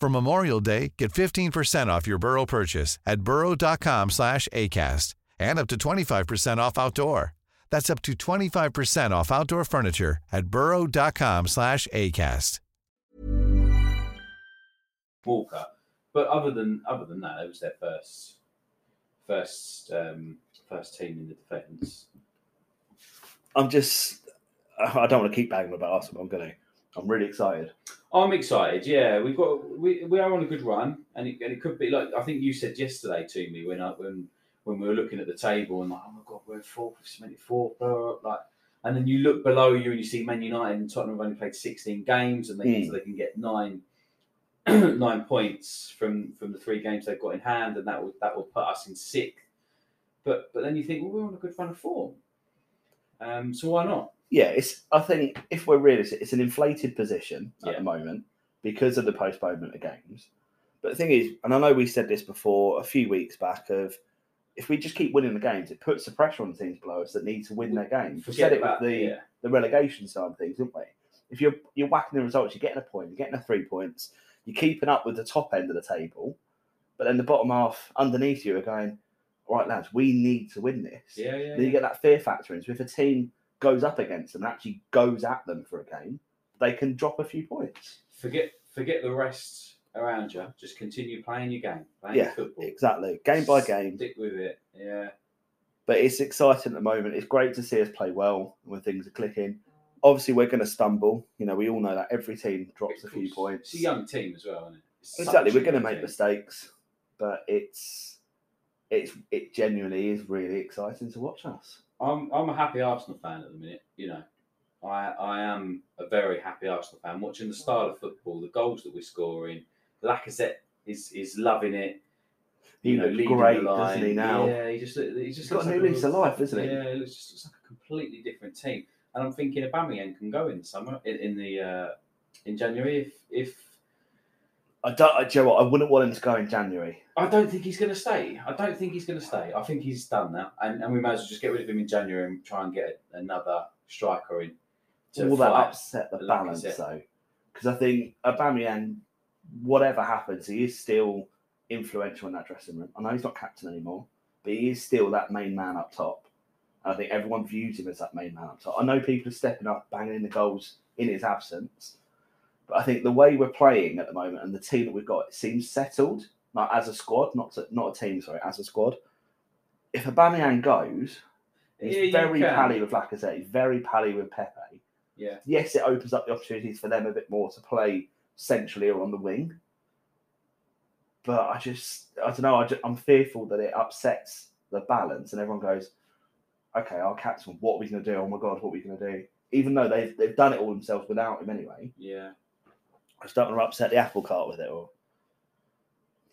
For Memorial Day, get 15% off your Burrow purchase at burrow.com/acast and up to 25% off outdoor. That's up to 25% off outdoor furniture at burrow.com/acast.
Walker. But other than other than that, it was their first first um, first team in the defence.
I'm just I don't want to keep banging about Arsenal, I'm gonna. I'm really excited.
I'm excited. Yeah, we've got we, we are on a good run, and it, and it could be like I think you said yesterday to me when I when when we were looking at the table and like oh my god we're fourth we've cemented fourth blah, blah, blah, like and then you look below you and you see Man United and Tottenham have only played 16 games and they
Mm.
so they can get nine nine points from from the three games they've got in hand and that will that will put us in sixth. But but then you think well we're on a good run of form, um so why not?
Yeah, it's I think if we're realistic, it's an inflated position at
Yeah.
the moment because of the postponement of games. But the thing is, and I know we said this before a few weeks back of if we just keep winning the games, it puts the pressure on teams below us that need to win their games. We said it with
about-
the
yeah.
the relegation side of things, didn't we? If you're you're whacking the results, you're getting a point, you're getting a three points, you're keeping up with the top end of the table, but then the bottom half underneath you are going, All right, lads, we need to win this.
yeah yeah
Then you
yeah.
get that fear factor in. So if a team goes up against them and actually goes at them for a game, they can drop a few points.
forget forget the rest around you. Just continue playing your game, playing
Yeah,
your football,
Exactly. Game by game.
Stick with it. Yeah,
But it's exciting at the moment. It's great to see us play well when things are clicking. Obviously, we're going to stumble. You know, we all know that every team drops a
Of
few
course.
points.
It's a young team as well, isn't it? It's
exactly.
such a
We're going
young
to make
team.
mistakes, but it's it's it genuinely is really exciting to watch us.
I'm I'm a happy Arsenal fan at the minute. You know, I, I am a very happy Arsenal fan. Watching the style of football, the goals that we're scoring, Lacazette is is loving it.
He
you know,
looks
leading the
great,
line.
doesn't he, now?
Yeah, he just look- he just
He's got
looks
a
like
new lease of life, isn't he?
yeah, it looks just looks like a completely different team. And I'm thinking Aubameyang can go in the summer in, in the uh, in January if if
I don't. I, do you know what? I wouldn't want him to go in January.
I don't think he's going to stay. I don't think he's going to stay. I think he's done now, and, and we might as well just get rid of him in January and try and get another striker in. to
All that
fight.
upset the
Lacazette.
balance though, because I think Aubameyang, whatever happens, he is still influential in that dressing room. I know he's not captain anymore, but he is still that main man up top. And I think everyone views him as that main man up top. I know people are stepping up, banging in the goals in his absence, but I think the way we're playing at the moment and the team that we've got it seems settled. Like as a squad, not to, not a team, sorry, as a squad. If Aubameyang goes,
Yeah, you
he's very
can.
pally with Lacazette, he's very pally with Pepe
Yeah,
yes, it opens up the opportunities for them a bit more to play centrally or on the wing. But I just, I don't know. I ju- I'm fearful that it upsets the balance, and everyone goes, "Okay, our captain, what are we going to do? Oh my god, what are we going to do?" Even though they've they've done it all themselves without him anyway.
yeah.
I just don't want to upset the apple cart with it. Or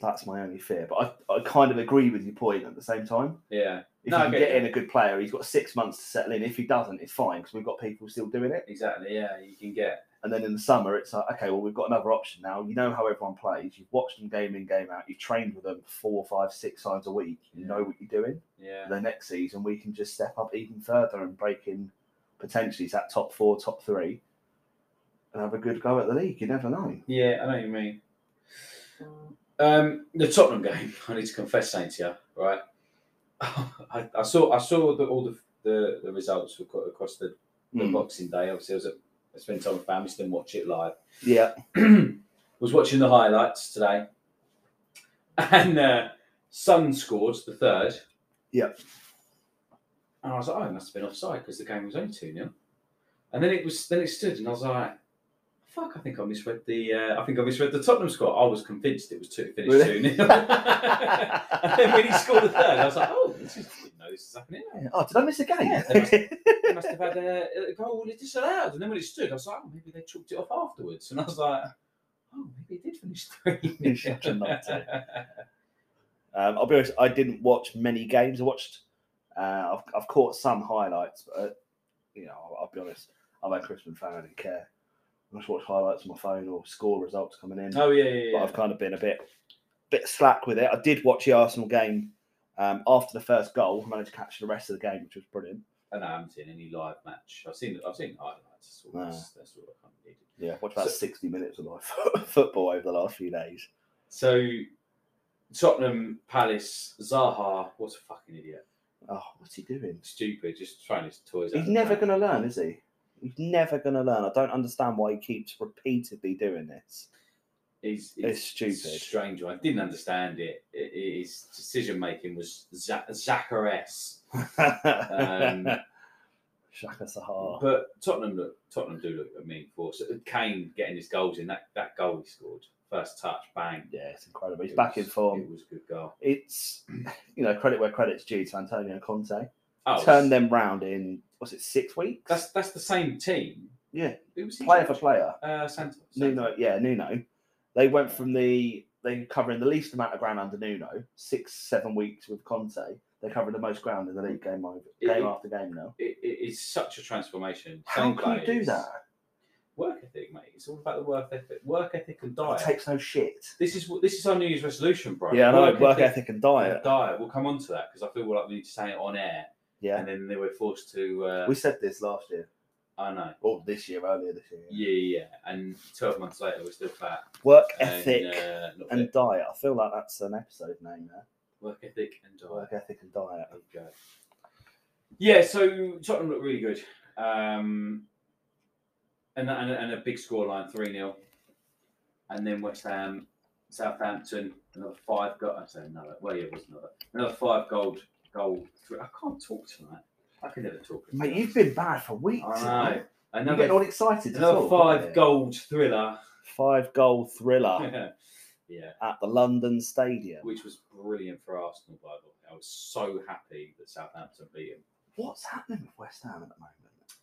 that's my only fear. But I, I kind of agree with your point at the same time.
Yeah,
If
No,
you
I
can
get
get
you.
in a good player, he's got six months to settle in. If he doesn't, it's fine because we've got people still doing it.
exactly. Yeah, you can get.
And then in the summer, it's like, okay, well, we've got another option now. You know how everyone plays. You've watched them game in, game out. You've trained with them four, five, six times a week. You
Yeah.
know what you're doing.
Yeah,
The next season, we can just step up even further and break in potentially to that top four, top three, and have a good go at the league. You never know.
yeah. I know what you mean. Um, the Tottenham game. I need to confess something to you, right? I, I saw I saw the, all the, the the results acro- across the, the
Mm.
Boxing Day. Obviously, I was at I spent time with family, so didn't watch it live.
Yeah.
was watching the highlights today, and uh, Sun scored the third.
Yep.
And I was like, oh, it must have been offside because the game was only 2 0. And then it was, then it stood, and I was like, fuck, I think I misread the, uh, I think I misread the Tottenham score. I was convinced it was two, finished 2
Really?
0. and then when he scored the third, I was like, oh, this is, didn't know this is happening.
Oh, did I miss a game?
Yeah, they must- They must have had a, a goal disallowed. And then when it stood, I was like, oh, maybe they chalked it off afterwards. And I was like, oh, maybe it did finish 3
You're such a numpty. Um, I'll be honest, I didn't watch many games. I watched, uh, I've, I've caught some highlights, but uh, you know, I'll, I'll be honest, I'm a Christmas fan. I didn't care. I just watch highlights on my phone or score results coming in.
Oh yeah, yeah,
But
yeah.
I've kind of been a bit, bit slack with it. I did watch the Arsenal game um, after the first goal. I managed to catch the rest of the game, which was brilliant.
and I haven't seen any live match. I've seen I've seen highlights. That's all,
No.
that's, that's all I kind of needed.
Yeah, watched about
So-
60 minutes of live football over the last few days.
So Tottenham, Palace, Zaha. What a fucking idiot!
Oh, what's he doing?
Stupid. Just throwing his toys. out
He's
the
never
pram.
going to learn, is he? He's never going to learn. I don't understand why he keeps repeatedly doing this.
He's,
It's stupid.
Strange. one. I didn't understand it. I- I- His decision making was za- Zachares. Um,
Shaka Sahar.
But Tottenham look, Tottenham do look a mean force. Uh, Kane getting his goals in that that goal he scored. First touch, bang.
yeah, it's incredible. He's
It
back
was-
in form.
It was a good goal.
It's you know credit where credit's due to Antonio Conte.
Oh,
Turned them round in what's it six weeks?
That's that's the same team.
yeah,
Who was he
player for
coaching?
player.
Uh, Santos.
Nuno, yeah, Nuno. They went from the they were covering the least amount of ground under Nuno, six seven weeks with Conte. They covered the most ground in the league game over,
It-
game
it-
after game now.
It, it is such a transformation.
How
Same
can you do
players.
that?
Work ethic, mate. It's all about the work ethic. Work ethic and
It
diet.
takes no shit.
This is what this is our New Year's resolution, bro.
Yeah, I know. Work ethic and
and
diet.
diet. We'll come on to that because I feel like we need to say it on air,
Yeah,
and then they were forced to. Uh,
we said this last year
I know.
or Oh, this year earlier this year.
Yeah, yeah. yeah. And twelve months later, we're still fat.
Work
and,
ethic.
uh, not
and
fit.
diet. I feel like that's an episode name there.
work ethic and diet.
Work ethic and diet.
There you go. Yeah, so Tottenham looked really good. Um, and, that, and, a- and a big scoreline, 3 0. And then West Ham, Southampton, another five goal. I say another. Well, yeah, it was another. Another five gold goal. Three. I can't talk tonight. I can never talk.
Mate,
tonight.
you've been bad for weeks.
I know.
man. You're
Another,
getting all excited. to
another
talk, aren't
five
you?
gold thriller.
Five goal thriller
yeah,
at the London Stadium.
which was brilliant for Arsenal, by the way. I was so happy that Southampton beat him.
What's happening with West Ham at the moment?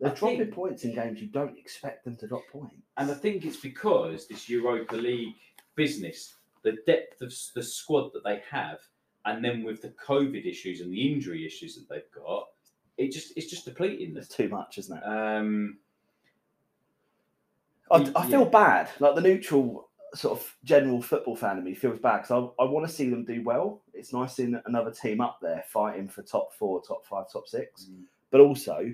They're
I
dropping
think-
points in games you don't expect them to drop points.
And I think it's because this Europa League business, the depth of s- the squad that they have, and then with the COVID issues and the injury issues that they've got, it just it's just depleting them.
It's too much, isn't it?
Um,
I, I feel
yeah.
bad. Like the neutral sort of general football fan in me feels bad because I, I want to see them do well. It's nice seeing another team up there fighting for top four, top five, top six.
Mm.
But also,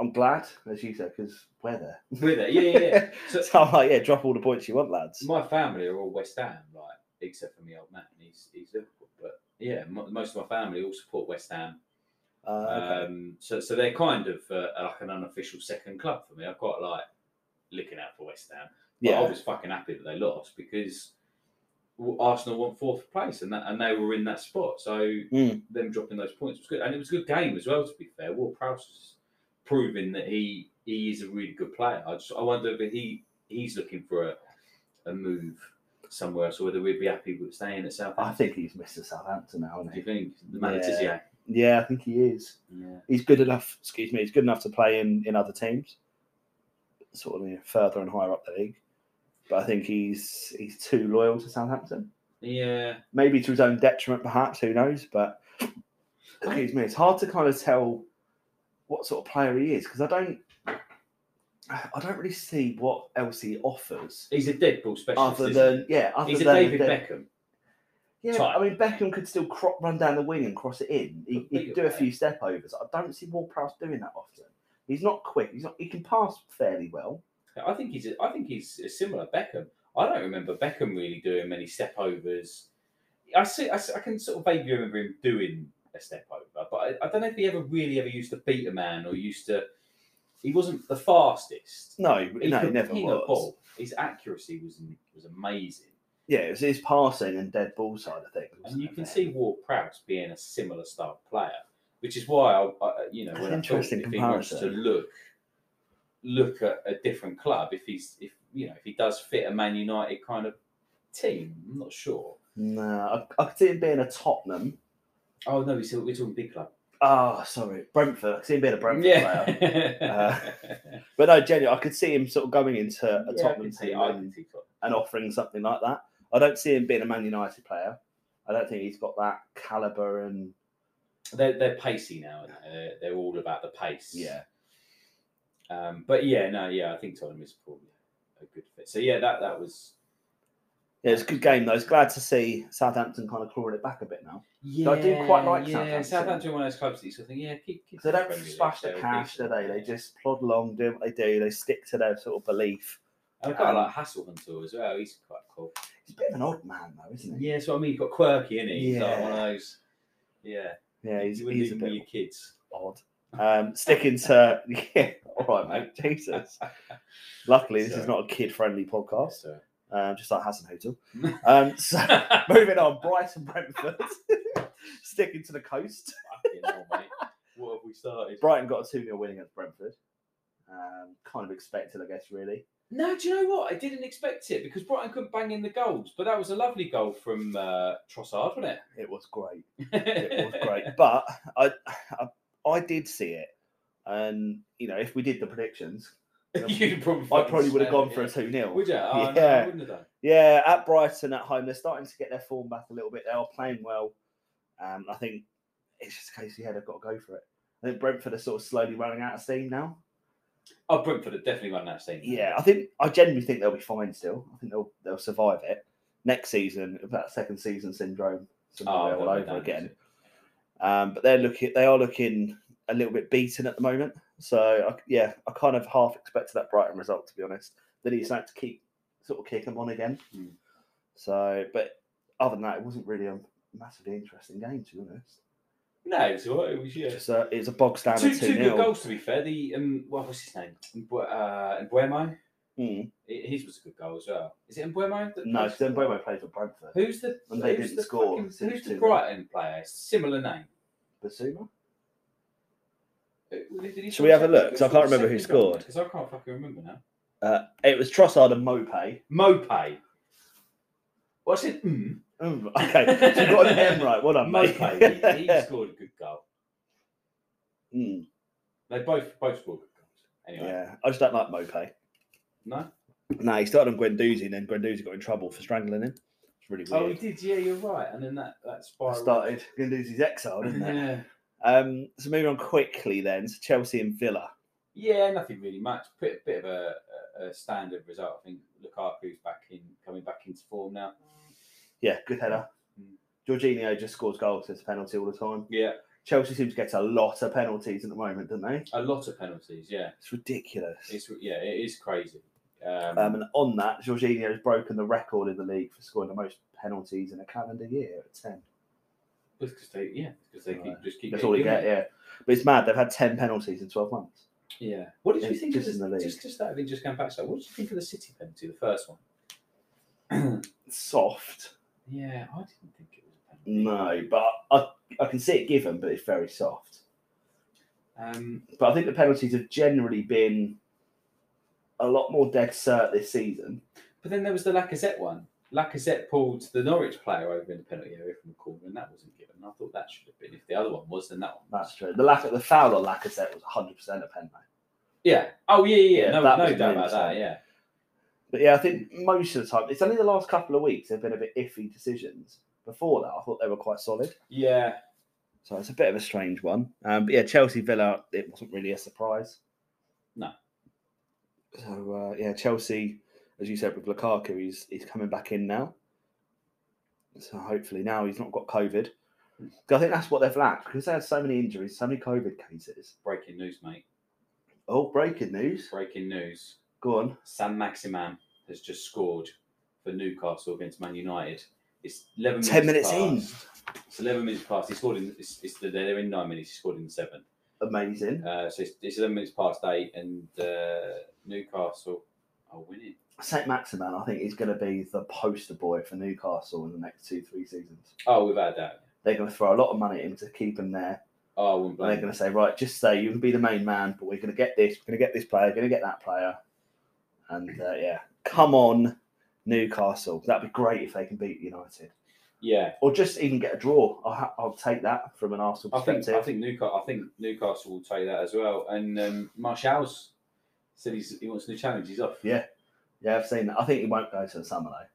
I'm glad, as you said, because we're there.
We're there, yeah, yeah, yeah. So-
So, I'm like, yeah, drop all the points you want, lads.
my family are all West Ham, like except for me old man, he's he's Liverpool. But yeah, mo most of my family all support West Ham.
Uh, okay.
Um, so so they're kind of uh, like an unofficial second club for me. I quite like looking out for West Ham. But
yeah,
I was fucking happy that they lost because w- Arsenal won fourth place and that, and they were in that spot. So
Mm.
them dropping those points was good, and it was a good game as well. To be fair, Will Prowse is proving that he he is a really good player. I just I wonder if he he's looking for a, a move somewhere else, or whether we'd be happy with staying at
I
Southampton.
think he's Mr. Southampton now, isn't
Do you
he?
think the manager's yeah.
Yeah. Yeah, I think he is.
yeah.
He's good enough. Excuse me. He's good enough to play in in other teams, sort of you know, further and higher up the league. But I think he's he's too loyal to Southampton.
Yeah,
Maybe to his own detriment, perhaps. Who knows? But excuse me. It's hard to kind of tell what sort of player he is because I don't. I don't really see what else he offers
he's a Deadpool specialist.
other
isn't he?
than yeah, other
he's a
than
David
than-
Beckham.
Yeah,
type.
I mean Beckham could still cro- run down the wing and cross it in. He,
But
he could do a
bigger
few step overs. I don't see Ward Prowse doing that often. He's not quick. He's not. He can pass fairly well.
I think he's I think he's a similar Beckham. I don't remember Beckham really doing many step overs. I see I, see- I can sort of vaguely remember him doing a step over, but I, I don't know if he ever really ever used to beat a man or used to. He wasn't the fastest.
No,
He
no, he
could
never
ping a
was.
ball. His accuracy was was amazing,
Yeah, it was his passing and dead ball side of things.
and
wasn't
you
it,
can
there?
see Ward Prowse being a similar style player, which is why I, I you know
That's
when
an
I thought
interesting
if he wants to
comparison.
look look at a different club, if he's if you know if he does fit a Man United kind of team, I'm not sure.
No, I, I could see him being a Tottenham.
Oh no, we're, still, we're talking big club.
Oh, sorry, Brentford. I could see him being a Brentford player.
yeah.
player. But no, genuinely, I could see him sort of going into a
Yeah, I
Tottenham
can see-
team
I
and-
can see Tottenham.
and offering something like that. I don't see him being a Man United player. I don't think he's got that caliber and
They're, they're pacey now. aren't they? They're, they're all about the pace.
yeah.
Um, but yeah, no, yeah, I think Tottenham is probably a good fit. So yeah, that that was.
Yeah, it's a good game though. It's glad to see Southampton kind of clawing it back a bit now.
Yeah,
I do quite like
yeah,
Southampton.
Southampton. are one of those clubs that you sort of think, yeah, keep. keep
'Cause They don't
Premier League,
splash the
they're
cash, do
decent.
they? They just plod along, do what they do. They stick to their sort of belief.
I quite like Hasselhunter as well. He's quite cool.
um, He's a bit of an odd man though, isn't he?
Yeah, so I mean, he's got quirky, isn't he? He's like one of
Yeah.
those. Yeah,
Yeah, he's,
you wouldn't
he's a
even be
bit
your kids.
odd. Um, sticking to yeah, all right, mate. Jesus. Luckily, this is
Sorry.
not a kid-friendly podcast,
So.
um, just like Hassan Hotel. Um, so Moving on, Brighton Brentford. Sticking to the coast.
Fucking hell, mate. What have we started?
Brighton got a 2 0 win against Brentford. Um, kind of expected, I guess, really.
No, do you know what? I didn't expect it because Brighton couldn't bang in the goals, but that was a lovely goal from uh, Trossard, wasn't it?
It was great. It was great. But I, I I did see it. And, you know, if we did the predictions, I
You'd probably
probably would have
fucking
gone for a
snapped
2
it.
0.
Would you? Oh, yeah.
Yeah.
I wouldn't have done.
Yeah, at Brighton at home, they're starting to get their form back a little bit. They are playing well. Um, I think it's just a case of, yeah, they've got to go for it. I think Brentford are sort of slowly running out of steam now.
Oh, Brentford had definitely won that scene.
Yeah, I think I genuinely think they'll be fine still. I think they'll they'll survive it next season. That second season syndrome,
Oh,
scenario
they'll
all
be
over
done,
again.
is it?
Um, but they're looking, they are looking a little bit beaten at the moment. So I, yeah, I kind of half expected that Brighton result to be honest. Then he's had to keep sort of kick them on again.
Hmm.
So, but other than that, it wasn't really a massively interesting game to be honest.
No, it's all right. It was, yeah.
Just a, it was a bog standard
Two,
two
two good
0
goals, to be fair. The, um, what was his name? Mbue- uh, Mbuemo?
Mm.
I- His was a good goal as well. Is it Mbuemo? that-
No, because Mbuemo played for Brentford.
Who's the,
And they
who's
didn't
the
score,
fucking-
so it's
who's the
two-nil.
Brighton player? Similar name. Uh,
Basuma.
Should
Shall we have a look? 'Cause I can't remember who scored.
Because I can't fucking remember now.
Uh, it was Trossard and Mopay.
Mopay. What's it? Mm.
Mm, okay, so you got an M right. Well done, mate.
Mopay. he, he scored a good goal.
Mm,
They both both scored a good goal. Anyway,
Yeah, I just don't like Mopay.
no.
No, he started on Guendouzi, and then Guendouzi got in trouble for strangling him. It's really
Oh, he
weird.
did. Yeah, you're right. And then that that
I
spiral
started Guendouzi's exile, didn't it?
yeah.
Um, so moving on quickly then to Chelsea and Villa.
yeah, nothing really much. Bit, bit of a, a, a standard result. I think Lukaku's back in, coming back into form now.
Yeah, good header. Jorginho just scores goals, it's a penalty all the time.
Yeah,
Chelsea seems to get a lot of penalties at the moment, don't they?
a lot of penalties. Yeah,
It's ridiculous.
it's yeah, it is crazy. Um,
Um, and on that, Jorginho has broken the record in the league for scoring the most penalties in a calendar year at 10.
because they yeah, because they keep, just keep.
That's
getting
all he
given
get, yeah. But it's mad. They've had 10 penalties in 12 months.
it. Yeah. What did you
It's
think of
just
the,
in the league.
just just out of it, just going back to that? What did you think of the City penalty, the first one?
Soft.
Yeah, I didn't think it was a penalty.
No, but I, I can see it given, but it's very soft.
Um,
But I think the penalties have generally been a lot more dead cert this season.
but then there was the Lacazette one. Lacazette pulled the Norwich player over in the penalty area from the corner, and that wasn't given. And I thought that should have been. If the other one was, then that one. Was.
That's true. The lack of the foul on Lacazette was 100% a pen, though.
Yeah. Oh yeah, yeah.
Yeah,
no,
that
no
was
doubt about
amazing.
that. Yeah.
But yeah, I think most of the time, it's only the last couple of weeks they've been a bit iffy decisions. Before that, I thought they were quite solid.
Yeah.
So it's a bit of a strange one. Um, but yeah, Chelsea Villa, it wasn't really a surprise.
No.
So uh, yeah, Chelsea, as you said with Lukaku, he's he's coming back in now. So hopefully now he's not got COVID. 'Cause I think that's what they've lacked because they had so many injuries, so many COVID cases.
Breaking news, mate.
Oh, breaking news!
Breaking news.
Go on.
Sam Maximan has just scored for Newcastle against Man United. It's 11
Ten
minutes
minutes
past. It's 11 minutes past. He scored in, it's, it's the, they're in nine minutes. He scored in seven.
Amazing.
Uh, so it's, it's 11 minutes past eight, and uh, Newcastle are winning.
Saint Maximan, I think, is going to be the poster boy for Newcastle in the next two three seasons.
Oh, without a doubt.
They're going to throw a lot of money at him to keep him there.
Oh, I wouldn't
And
blame
they're
him.
going to say, right, just stay. You can be the main man, but we're going to get this. We're going to get this player. We're going to get that player. And uh, yeah, come on, Newcastle. That'd be great if they can beat United,
Yeah.
or just even get a draw. I'll, ha- I'll take that from an Arsenal
I think
perspective.
I think Newcastle I think Newcastle will take that as well. And um, Martial's said he's, he wants a new challenge. He's off.
yeah, yeah, I've seen that. I think he won't go to the summer though.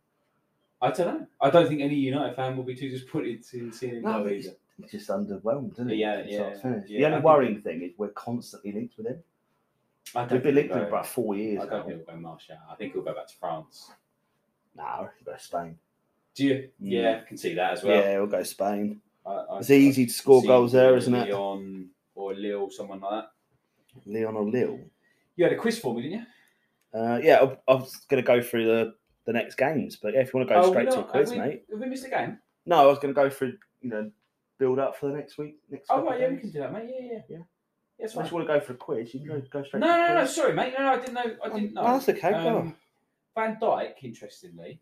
I don't know. I don't think any United fan will be too disappointed in seeing him
No,
go
but
either.
He's just underwhelmed, isn't he?
Yeah,
from start
yeah,
to finish?
yeah, I
the only
think-
worrying thing is we're constantly linked with him.
I don't
We've
think
been linked with him
he'll
for
go.
about four years.
I
now.
don't think he'll go Martial. I think he'll go back to France.
Nah, he'll go Spain.
Do you? Yeah, I can see that as well.
Mm. yeah, he'll go Spain.
I, I,
It's easy to score
see
goals there, isn't it?
Leon or Lille, someone like that.
Leon or Lille.
You had a quiz for me, didn't you?
Uh, yeah, I, I was going to go through the, the next games, but yeah, if you want to go
Oh,
straight
we
to a
not-
quiz,
have we,
mate.
Have we missed a game?
No, I was going to go through, you know, build up for the next week. Next
Oh,
couple
right,
of
yeah, we
days.
can do that, mate. Yeah, yeah.
Yeah.
Yes,
Unless you want to go for a quiz, you can go, go
No,
straight to
no,
a
no,
quiz.
sorry, mate. No, no, I didn't know. I didn't know. Um,
no, Um, that's okay, go on.
Van Dyke, interestingly,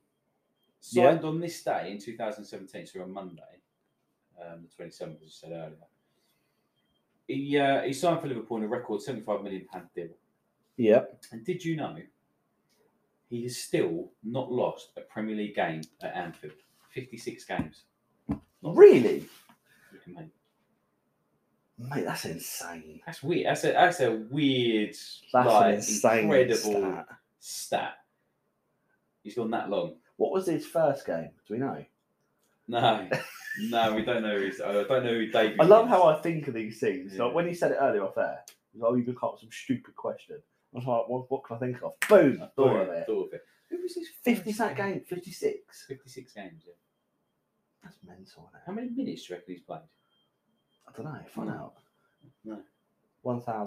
Yeah.
signed on this day in 2017, so on Monday, um, the 27th, as you said earlier. He, uh, he signed for Liverpool in a record £75 million deal.
Yep.
And did you know he has still not lost a Premier League game at Anfield? 56 games.
Really?
Yeah, mate.
Mate, that's insane.
That's weird. That's a, that's a weird,
That's an
like,
insane
incredible
stat.
stat. He's gone that long.
What was his first game? Do we know?
No, no, we don't know. Who's, I don't know who David.
I love
is.
how I think of these things.
Yeah.
Like when you said it earlier off air, you was like, oh, you can come up with some stupid question. I was like, what, what can I think of? Boom,
I
thought of it.
Thought of it. Who was his
50
first
sack game, 56.
Fifty-six games. Yeah.
That's mental. Now.
How many minutes do you reckon he's played?
I don't know. Find
No.
out.
No.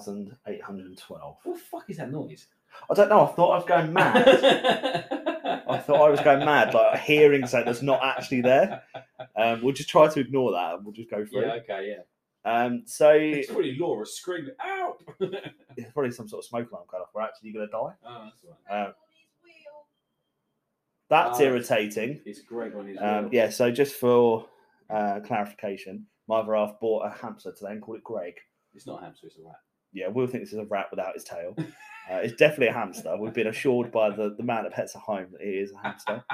1,812.
What the fuck is that noise?
I don't know. I thought I was going mad. I thought I was going mad, like hearing something that's not actually there. Um, we'll just try to ignore that and we'll just go for
Yeah.
it.
Okay. Yeah.
Um, so
It's
it's
probably Laura screaming out. oh, that's
probably some sort of smoke alarm going off. We're actually going to die.
all right.
Um, that's
Ah.
irritating.
It's Greg on his.
Um,
wheel.
yeah, so just for uh, clarification, Martha Half bought a hamster today and called it Greg.
It's not a hamster. It's a rat.
yeah, Will thinks it's a rat without his tail. Uh, it's definitely a hamster. We've been assured by the, the man at Pets at Home that it is a hamster.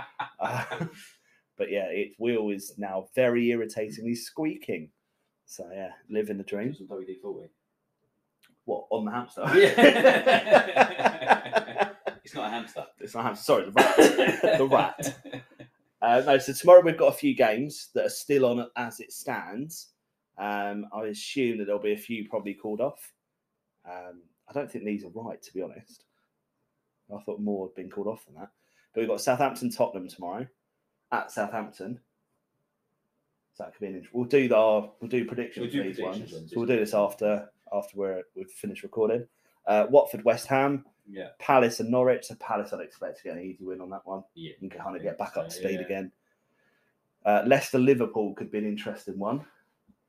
Uh, but yeah, it Will is now very irritatingly squeaking. So yeah, living the dream.
It's on WD forty.
What on the hamster?
Yeah. it's not a hamster.
it's not hamster. Sorry, the rat. the rat. Uh, no, so tomorrow we've got a few games that are still on as it stands. Um, I assume that there'll be a few probably called off. Um, I don't think these are right, to be honest. I thought more had been called off than that. But we've got Southampton Tottenham tomorrow at Southampton. So that could be an interesting. We'll do the, our we'll do predictions
We'll do
for these
predictions on
ones.
this
So we'll do this after after we're we've finished recording. Uh, Watford West Ham,
Yeah.
Palace and Norwich. So Palace, I'd expect to get an easy win on that one
Yeah.
and kind of get back up to
So,
speed
yeah.
again. Uh, Leicester Liverpool could be an interesting one.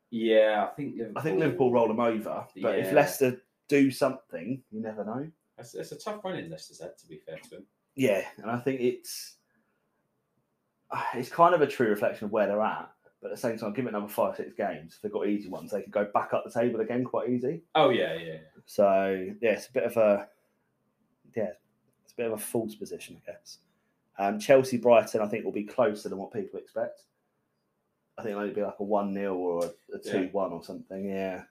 Yeah, I think Liverpool.
I think Liverpool roll them over, but if
Yeah.
Leicester do something, you never know.
That's, that's a tough run in Leicester's had, to be fair to him.
Yeah, and I think it's ah, it's kind of a true reflection of where they're at. But at the same time, give it another five, six games. They've got easy ones. They can go back up the table again quite easy.
Oh, yeah, yeah.
So yeah, it's a bit of a yeah, it's a bit of a false position, I guess. Um, Chelsea Brighton, I think, will be closer than what people expect. I think it'll only be like a one 0 or a
Yeah.
two one or something. Yeah,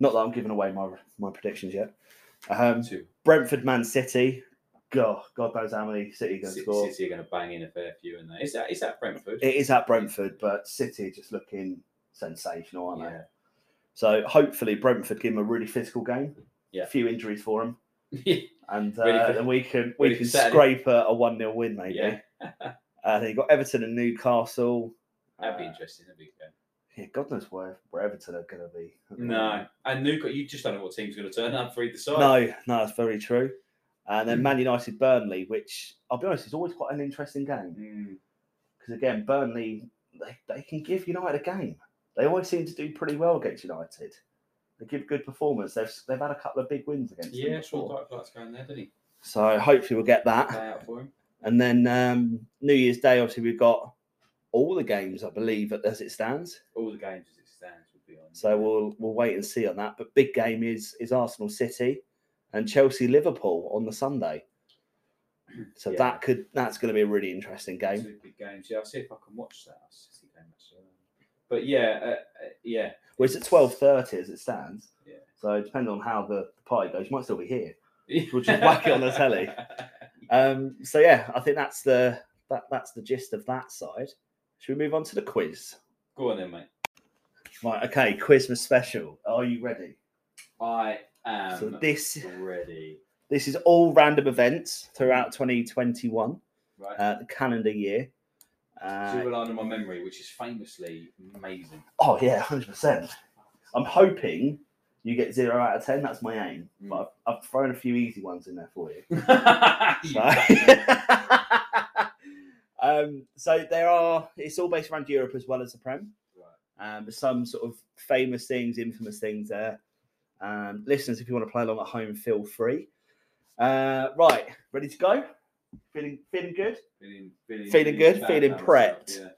not that I'm giving away my my predictions yet. Um,
Two.
Brentford, Man City. God, God knows how many City are going to
City,
score.
City are going to bang in a fair few in there. Is that, is that Brentford?
It is at Brentford, but City are just looking sensational, aren't they?
yeah.
So hopefully Brentford give them a really physical game.
Yeah.
A few injuries for them. And
Ready
uh,
for-
then we can we
ready
can
for Saturday.
scrape a, a 1 0 win, maybe.
yeah.
Uh, then you've got Everton and Newcastle.
That'd be
Uh,
interesting. That'd be good.
yeah, God knows where, where Everton are going to be.
No, and Newcastle, you just don't know what team's going to turn up for either side.
No, no, that's very true. And then Man United Burnley, which I'll be honest, is always quite an interesting game.
Mm,
because again, Burnley they, they can give United a game. They always seem to do pretty well against United. They give good performance. They've they've had a couple of big wins against them
yeah, Sean
before.
Dyke likes going there, didn't he?
So hopefully we'll get
Play
that.
out for him.
And then um, New Year's Day, obviously we've got all the games, I believe, as it stands.
All the games as it stands would be on.
So we'll we'll wait and see on that. But big game is is Arsenal City and Chelsea Liverpool on the Sunday. So
Yeah.
that could that's going to be a really interesting game.
Two big games. Yeah, I'll see if I can watch that. I'll see if I can watch that. But yeah, uh, uh, yeah,
Well, it's at twelve thirty as it stands.
Yeah.
So depending on how the, the party goes, you might still be here. We'll just whack it on the telly. Um, so yeah, I think that's the that that's the gist of that side. Should we move on to the quiz?
Go on then, mate.
Right, okay, Quizmas special. Are you ready?
I am
so this
ready.
this is all random events throughout 2021,
Right.
uh, the calendar year.
Two
Uh,
relying on my memory, which is famously amazing.
oh yeah, hundred percent. I'm hoping you get zero out of ten. That's my aim. But I've, I've thrown a few easy ones in there for you. um, so there are. It's all based around Europe as well as the Prem. Um, there's some sort of famous things, infamous things there. Um, listeners, if you want to play along at home, feel free. Uh, right, ready to go? Feeling feeling good?
Feeling, feeling,
Feeling good,
bad
feeling
about
prepped.
myself,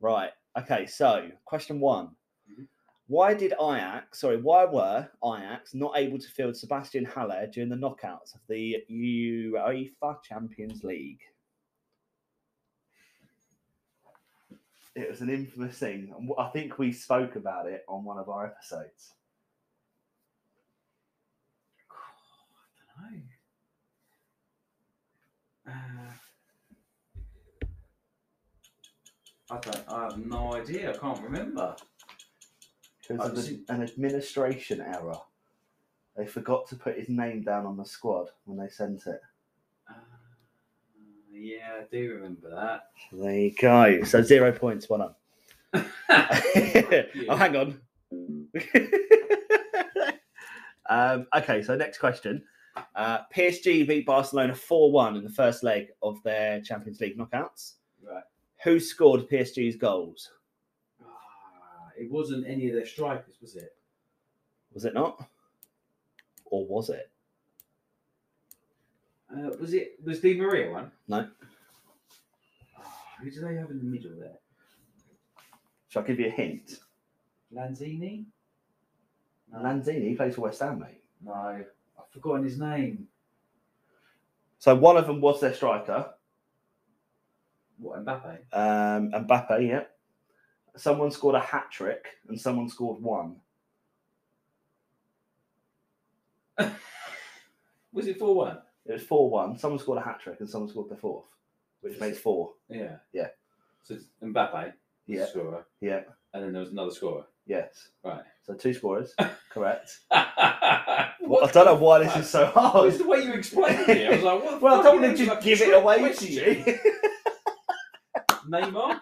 Right. Okay. So, question one: Mm-hmm.
Mhm.
Why did Ajax? Sorry, why were Ajax not able to field Sebastian Haller during the knockouts of the UEFA Champions League? It was an infamous thing. and I think we spoke about it on one of our episodes.
I don't know. Uh, I don't. I have no idea. I can't remember.
Because
I've
of an,
seen-
an administration error. They forgot to put his name down on the squad when they sent it.
Uh, yeah, I do remember that.
There you go. So zero points, one up.
Yeah.
oh, hang on. um, okay, so next question. Uh, PSG beat Barcelona 4 1 in the first leg of their Champions League knockouts.
Right.
Who scored PSG's goals?
Ah, it wasn't any of their strikers, was it?
Was it not? Or was it?
Uh, was it was Di Maria one?
No.
Ah, who do they have in the middle there?
Shall I give you a hint?
Lanzini? No,
Lanzini he plays for West Ham, mate.
no, I've forgotten his name.
So one of them was their striker,
What Mbappe?
um, Mbappe, yeah. Someone scored a hat trick and someone scored one.
Was it four one?
It was four one. Someone scored a hat trick and someone scored the fourth, which makes four.
Yeah.
Yeah.
So it's Mbappe, the
Yeah.
scorer,
Yeah.
and then there was another scorer.
Yes.
Right.
So two scorers. correct. Well,
what
I don't know why this is so
Oh,
hard.
it's the way you explained it. I was like, what? the
Well, I
fuck is
don't want
this?
to
Like a
just give it
trick
away to
question.
you.
Neymar?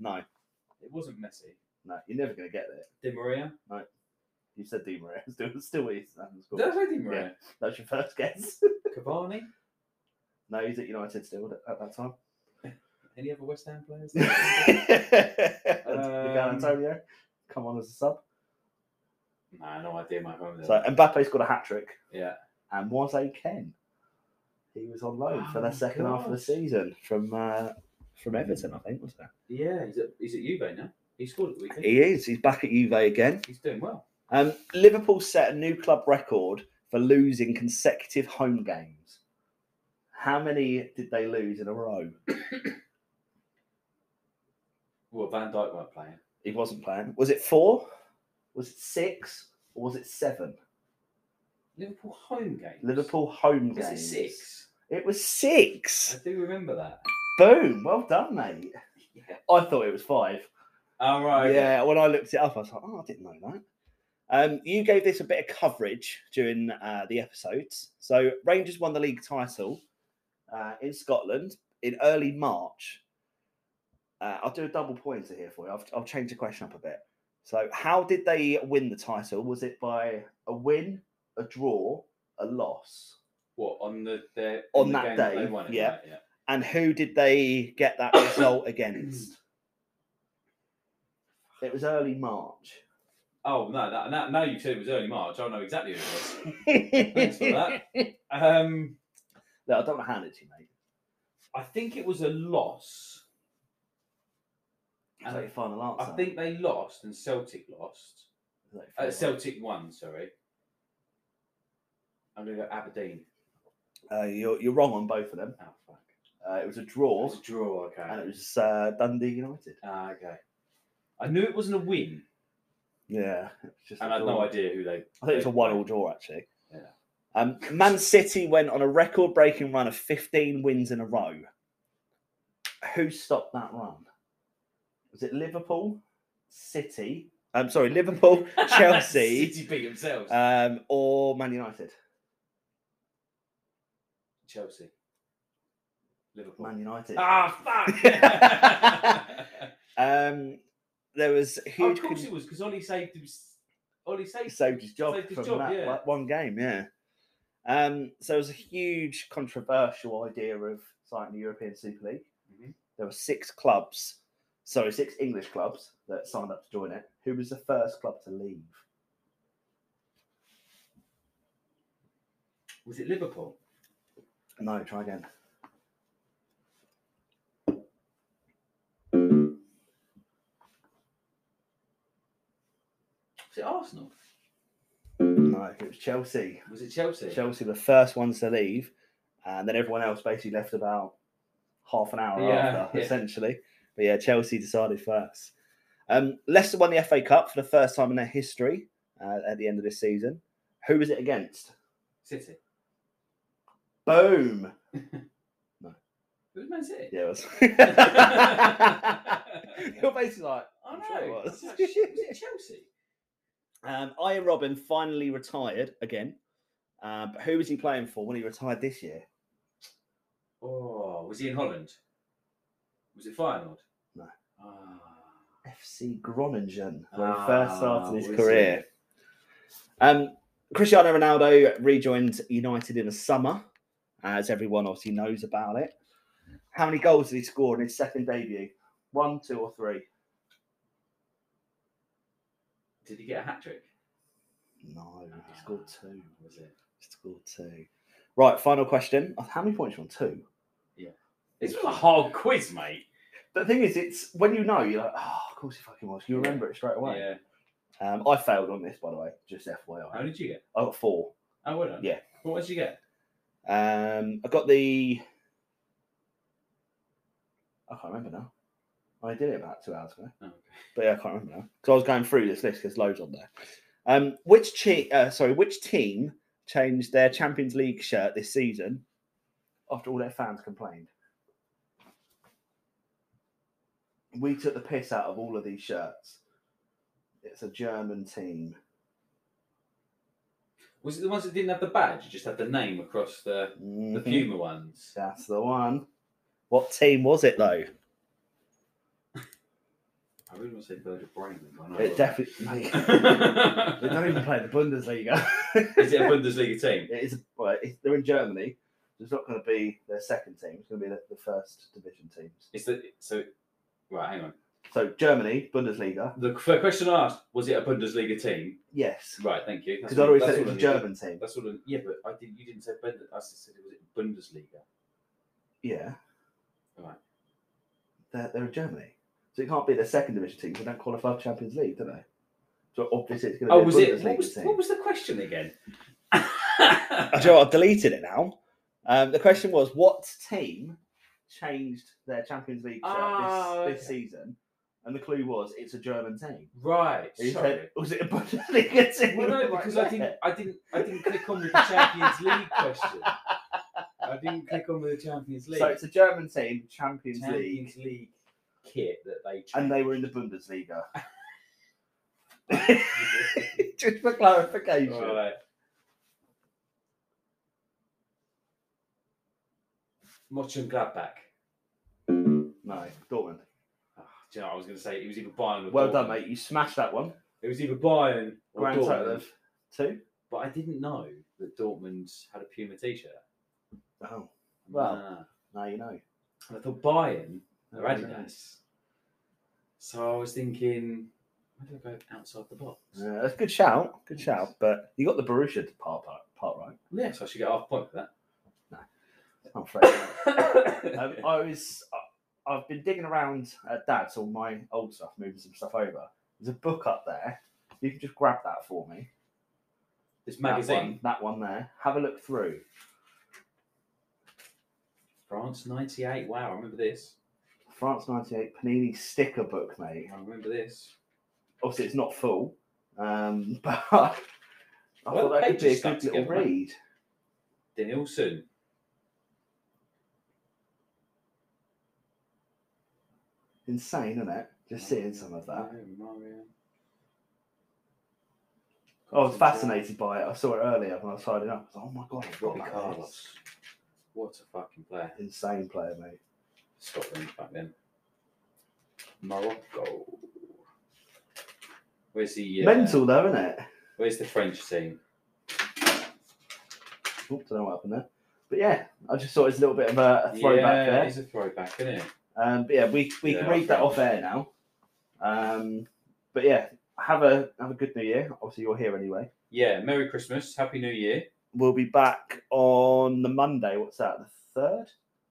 no,
It wasn't Messi.
no, you're never going to get there.
Di Maria?
You said Di Maria. Still, still what you said. That's cool.
Did I say Di Maria?
That's your first guess.
Cavani?
no, he's at United still at- at that time.
Any other West Ham players? Um,
Miguel Antonio, come on as a sub.
nah, no idea. My home.
So Mbappe scored a hat trick,
yeah.
and was a Ken. He was on loan for
Oh
the
my
second half of the
God.
season from uh, from Everton, I think, was it?
Yeah, he's at, he's at Juve now. He scored at the weekend.
He is. He's back at Juve again.
He's doing well.
Um, Liverpool set a new club record for losing consecutive home games. How many did they lose in a row?
Well, Van Dijk weren't playing.
He wasn't playing. Was it four? Was it six? Or was it seven?
Liverpool home games.
Liverpool home
Was it
games.
six?
It was
I
six.
do remember that.
Boom. Well done, mate. I thought it was five.
All right.
Yeah, when I looked it up, I was like, oh, I didn't know that. Um, you gave this a bit of coverage during uh, the episodes. So Rangers won the league title uh, in Scotland in early March. Uh, I'll do a double pointer here for you. I've, I've changed the question up a bit. So, how did they win the title? Was it by a win, a draw, a loss?
What on the, the
On
the
that
game
day,
they won it,
yeah.
right, yeah.
And who did they get that result against? It was early March.
Oh no! That, now, now you said it was early March. I know exactly who it was. Thanks for that. Um,
No, I don't want to hand it to you, mate.
I think it was a loss.
Is that your final
Uh, I
answer?
think they lost and Celtic lost.
Is that your
Uh,
final
Celtic won, sorry. I'm going to go Aberdeen.
answer? Uh, you're, you're wrong on both of them.
Oh, fuck.
Uh, it was a
It
draw,
was a draw, okay.
and it was uh, Dundee United.
Ah, okay. I knew it wasn't a win,
Yeah, it was just a
and I had
draw.
no idea who they.
I think it was a one-all draw actually.
Yeah.
Um, Man City went on a record-breaking run of 15 wins in a row. Who stopped that run? Was it Liverpool, City? I'm sorry, Liverpool, Chelsea,
City beat themselves.
um, or Man United?
Chelsea. Liverpool.
Man United.
Ah, fuck!
Um, there was a
Oh, of
huge.
course
con-
it was, because Ollie saved him. Ollie saved
saved his job
Saved his
from
job,
that
yeah.
one- one game. Yeah. Um, so it was a huge controversial idea of starting the European Super League.
Mhm.
There were six clubs, sorry, six English clubs that signed up to join it. Who was the first club to leave?
Was it Liverpool?
No, try again.
Was it Arsenal?
No, it was Chelsea.
Was it Chelsea?
Chelsea were the first ones to leave, and then everyone else basically left about half an hour
Yeah,
after,
yeah.
essentially. But yeah, Chelsea decided first. Um, Leicester won the FA Cup for the first time in their history uh, at the end of this season. Who was it against?
City.
Boom!
It was Man City.
Yeah, it was. You're basically like,
I
I'm
know.
sure it
I
was.
was like, shit, was it Chelsea?
um, Ian Robin finally retired again. Uh, but who was he playing for when he retired this year?
Oh, was he in Holland? Was it Feyenoord?
No.
Ah.
FC Groningen when he
Ah,
first started his
was
career. Um, Cristiano Ronaldo rejoined United in the summer, as everyone obviously knows about it. How many goals did he score in his second debut? One, two, or three?
Did he get a hat trick?
No, he scored two.
Was it?
He scored two. Right, final question. How many points you on? Two.
This was a hard quiz, mate.
But the thing is, it's when you know, you're like, oh, of course he fucking was. You remember it straight away.
Yeah.
Um, I failed on this, by the way, just FYI.
How did you get?
I got four.
Oh, well done.
Yeah.
What did you get?
Um, I got the. I can't remember now. I did it about two hours ago,
Oh, okay.
but yeah, I can't remember now because I was going through this list. There's loads on there. Um, which che- uh, sorry, which team changed their Champions League shirt this season after all their fans complained. We took the piss out of all of these shirts. It's a German team.
Was it the ones that didn't have the badge? You just had the name across the the
Mhm.
Puma ones.
That's the one. What team was it though?
I really want to say Bird of Bremen. but I know
It definitely. mate, they don't even play in the Bundesliga.
Is it a Bundesliga team?
It is. Well, it- they're in Germany. so It's not going to be their second team. It's going to be the, the first division teams.
It's the so right. Hang on.
So Germany, Bundesliga.
The qu- question I asked was it a Bundesliga team?
Yes,
Right. Thank you. That's
because I
all-
already
that's
said it
all
was a
I
German
needed.
team.
That's all. I, yeah, but I did. You didn't say Bund. I said it was it Bundesliga.
Yeah,
Right.
they're, they're in Germany, so it can't be their second division team. 'cause They don't qualify for Champions League, do they? So obviously it's going to
Oh,
be
was
a
it?
Bundesliga
What was,
team.
what was the question again?
I do you know what, I've deleted it now. Um, the question was, what team changed their Champions League shirt
Ah,
this, this
okay.
season? And the clue was, it's a German team.
right.
And you
sorry.
said, was it a Bundesliga team?
Well, no, because I didn't, I didn't, I didn't click on with the Champions League question. I didn't click on with the Champions League.
So it's a German team, Champions, League,
Champions League kit that they changed.
and they were in the Bundesliga. Just for clarification.
Right. Mochen Gladbach.
No, Dortmund.
Oh, do you know, what I was going to say it was either Bayern or
Well
Dortmund.
done, mate. You smashed that one.
It was either Bayern or
Grand total
Dortmund.
of two.
But I didn't know that Dortmund had a Puma T-shirt.
Oh, Well.
Nah.
now you know.
And I thought Bayern or
Right.
Adidas. So I was thinking, maybe I go outside the box.
Yeah, that's a good shout. Good shout. But you got the Borussia part, part, part right.
Yeah, so I should get half a point for
I'm afraid.
that.
um, I was, I- I've been digging around at Dad's all my old stuff, moving some stuff over. There's a book up there. You can just grab that for me.
this
That
magazine,
one, that one there. Have a look through.
France '98. Wow, I remember this.
France 98 Panini sticker book, mate.
I remember this.
Obviously, it's not full, um, but I
Well,
thought that could be
pages
a
stuck
good little
together, mate.
read.
Danielson.
Insane, isn't it? Just seeing some of that.
Mario.
I was fascinated by it. I saw it earlier when I was tidying up. I was like, oh my god, I've got
Robbie
that.
Carlos. What a fucking player.
Insane player, mate.
Scotland back then. Morocco. Where's the uh,
Mental though, isn't it?
Where's the French team?
Oop, Oh, don't know what happened there. But yeah, I just thought it's a little bit of a, a
yeah,
throwback there.
it's a throwback, isn't it?
Um, but yeah, we, we
Yeah,
can
I
read that
think-
off air now. Um, but yeah, have a have a good new year. Obviously, you're here anyway.
Yeah. Merry Christmas. Happy New Year.
We'll be back on the Monday. What's that? The third,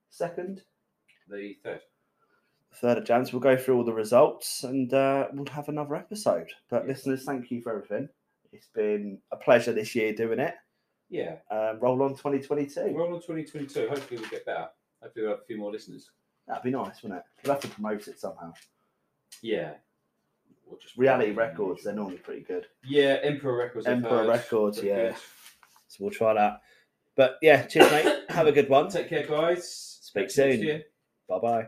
second,
The third.
third of Jan. So we'll go through all the results and uh, we'll have another episode. But
Yeah.
listeners, thank you for everything. It's been a pleasure this year doing it.
Yeah.
Um, roll on 2022.
We're on 2022. Hopefully, we'll get better. Hopefully, we'll have a few more listeners.
That'd be nice, wouldn't it? We'll have to promote it somehow.
Yeah. Or just
Reality Records, they're normally pretty good.
Yeah, Emperor Records. I've
Emperor
heard.
Records,
Pretty
yeah. So we'll try that. But yeah, cheers, mate. Have a good one.
good. Take care, guys.
Speak
See you next
soon.
year.
Bye bye.